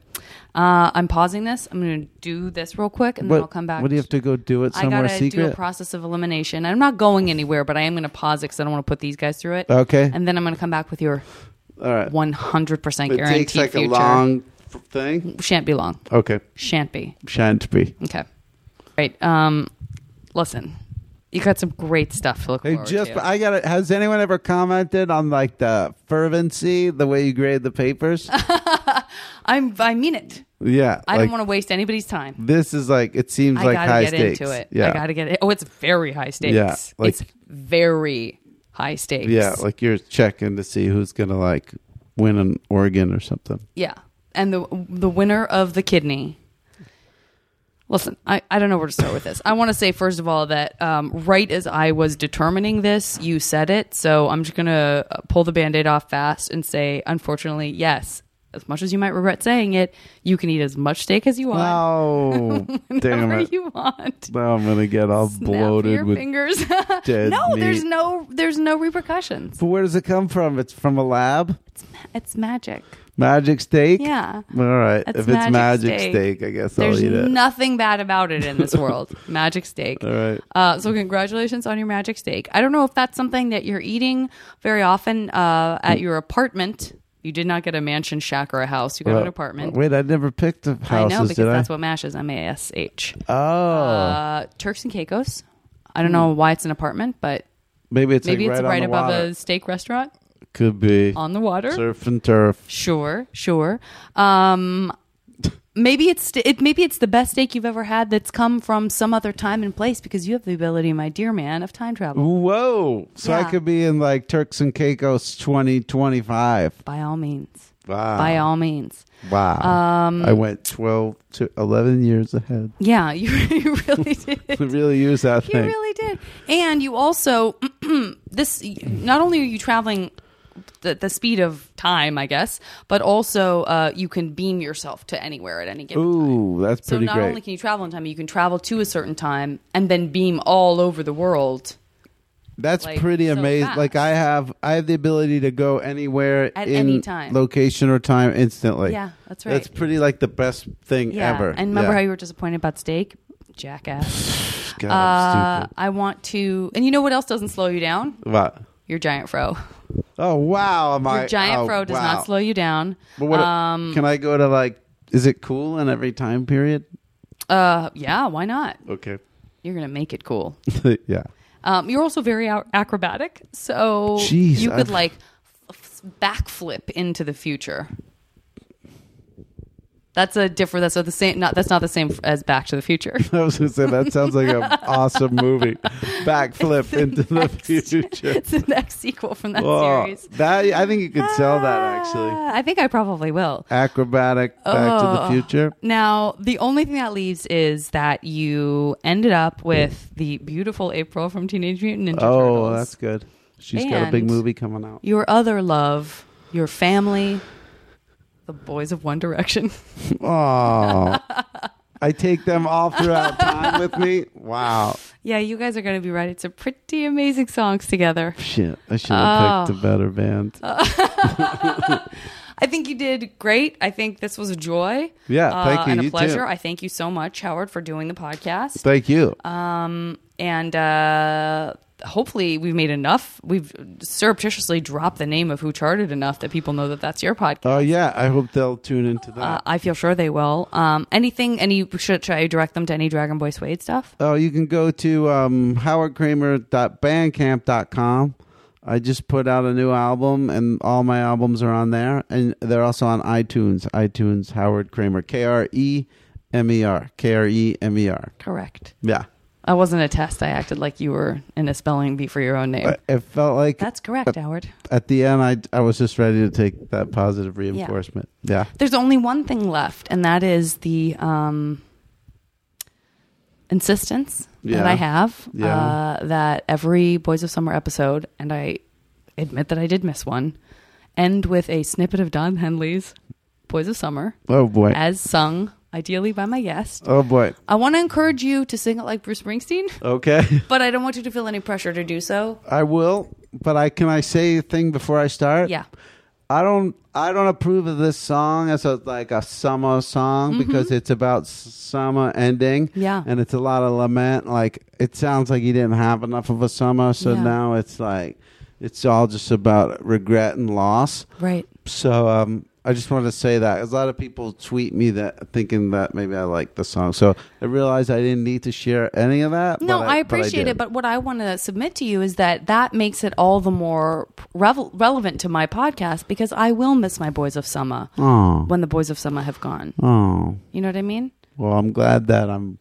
Uh, I'm pausing this. I'm going to do this real quick and then I'll come back.
What do you have to go do it
I
somewhere
gotta do
secret?
a process of elimination. I'm not going anywhere, but I am going to pause it because I don't want to put these guys through it.
okay,
And then I'm going to come back with your
all right.
100%
It
guaranteed
takes like
future.
a long f- thing.
Shan't be long.
Okay,
Shan't be.
shan't be.
Okay. Right. Um, listen, you got some great stuff to look
Hey,
forward
just
to.
I got it. Has anyone ever commented on like the fervency, the way you grade the papers?
I'm, I mean it.
<laughs> yeah,
I
like,
don't want to waste anybody's time.
This is like it seems
I
like
gotta
high
get
stakes.
into it.
Yeah,
I gotta get it. Oh, it's very high stakes.
Yeah, like-
it's very high stakes.
yeah, like you're checking to see who's gonna like win an organ or something.
yeah. And the the winner of the kidney. Listen, I, I don't know where to start with this. I want to say first of all that um, right as I was determining this, you said it. So I'm just gonna uh, pull the band-aid off fast and say, unfortunately, yes. As much as you might regret saying it, you can eat as much steak as you want,
Oh, damn
<laughs> whatever
it!
you want.
Now I'm gonna get all
Snap
bloated
your
with.
fingers. <laughs>
dead
no, there's
meat.
no there's no repercussions.
But where does it come from? It's from a lab.
It's magic.
Magic steak.
Yeah.
All right.
It's
if it's
magic
magic
steak.
steak, I guess
There's
I'll eat it.
nothing bad about it in this world.
<laughs>
magic steak.
all right.
Uh, so congratulations on your magic steak. I don't know if that's something that you're eating very often uh, at your apartment. You did not get a mansion, shack, or a house. You got an
Uh,
apartment.
Wait, I never picked the
I
houses.
know because
did
that's
I?
what mash is. M A S H.
oh,
Uh, Turks and Caicos. I don't know why it's an apartment, but
maybe it's
maybe
like
it's
right,
right
on
above
the water.
a steak restaurant
Could be
on the water.
surf and turf.
Sure, sure. Um, maybe it's it, maybe it's the best steak you've ever had that's come from some other time and place because you have the ability, my dear man, of time travel.
Whoa! So I
Yeah.
could be in like Turks and Caicos twenty twenty five.
By all means,
Wow!
by all means. Um,
Wow. I went 12 to 11
<laughs>
years ahead.
Yeah, you, you really
<laughs>
did.
I really use that
You
thing.
really did. And you also <clears throat> this not only are you traveling the, the speed of time, I guess, but also uh, you can beam yourself to anywhere at any given time.
Ooh, that's
So
pretty
not
great.
only can you travel in time, you can travel to a certain time and then beam all over the world
that's
like,
pretty
so
amazing.
fast.
Like I have I have the ability to go anywhere
At
in
any time.
location or time instantly.
Yeah, that's
That's
right.
pretty like the best thing
yeah.
ever.
And remember
Yeah.
how you were disappointed about steak?
<laughs>
Jackass.
God, I'm
Uh, I want to, and you know what else doesn't slow you down?
stupid. What?
Your giant fro.
Oh wow, am
Your
I
giant
oh,
fro does
wow.
not slow you down.
But what
um,
can I go to like is it cool in every time period?
uh, yeah, why not?
Okay.
You're gonna make it cool.
<laughs> yeah. <laughs>
Um, you're also very ac- acrobatic, so
Jeez,
you could
I've-
like f- f- backflip into the future. That's a different. That's not the same. Not that's not the same f- as Back to the Future. <laughs>
I was gonna say that sounds like an awesome movie. Backflip into the future.
<laughs> it's the next sequel from that
Oh,
series.
that I think you could sell that actually.
Ah, I think I probably will.
Acrobatic Back to the
Oh.
Future.
Now, the only thing that leaves is that you ended up with the beautiful April from Teenage Mutant Ninja
oh,
Turtles.
that's good. She's got a big
And-
movie coming out.
your other love, your family, the boys of One Direction. <laughs>
Oh, I take them all throughout time with me. Wow,
yeah, you guys are going to be writing some pretty amazing songs together.
shit! I should have
Oh.
picked a better band.
I think you did great. I think this was a joy. Uh,
Yeah, thank you.
And a
You too.
pleasure. I thank you so much, Howard, for doing the podcast.
Thank you.
Um, and uh, hopefully we've made enough. We've surreptitiously dropped the name of who charted enough that people know that that's your podcast.
Oh yeah, I hope they'll tune into that.
Uh, I feel sure they will. Um, anything? Any? Should, should I direct them to any Dragon Boy Suede stuff?
Oh, you can go to um, howardkramer.bandcamp.com. I just put out a new album, and all my albums are on there, and they're also on iTunes. iTunes Howard Kramer K R E M E R K R E M E R.
Correct.
Yeah,
I wasn't a test. I acted like you were in a spelling bee for your own name.
But it felt like
That's correct, Howard.
at the end, I I was just ready to take that positive reinforcement. Yeah,
There's only one thing left, and that is the um, insistence that
Yeah.
I have
Yeah.
uh, that every Boys of Summer episode, and I admit that I did miss one, end with a snippet of Don Henley's Boys of Summer
Oh boy.
as sung, ideally by my guest.
oh boy.
I want to encourage you to sing it like Bruce Springsteen, <laughs>
Okay.
but I don't want you to feel any pressure to do so.
I will, but I can I say a thing before I start?
Yeah.
I don't I don't approve of this song as a like a summer song because it's about s- summer ending.
Mm-hmm. Yeah.
And it's a lot of lament. Like it sounds like he didn't have enough of a summer, so
Yeah.
now it's like it's all just about regret and loss.
Right.
So um I just wanted to say that 'cause a lot of people tweet me that thinking that maybe I like the song. So I realized I didn't need to share any of that.
No,
but
I, appreciate
did.
it, but what I want to submit to you is that that makes it all the more revel- relevant to my podcast because I will miss my boys of summer
oh,
when the boys of summer have gone.
oh.
You know what I mean?
Well, I'm glad that I'm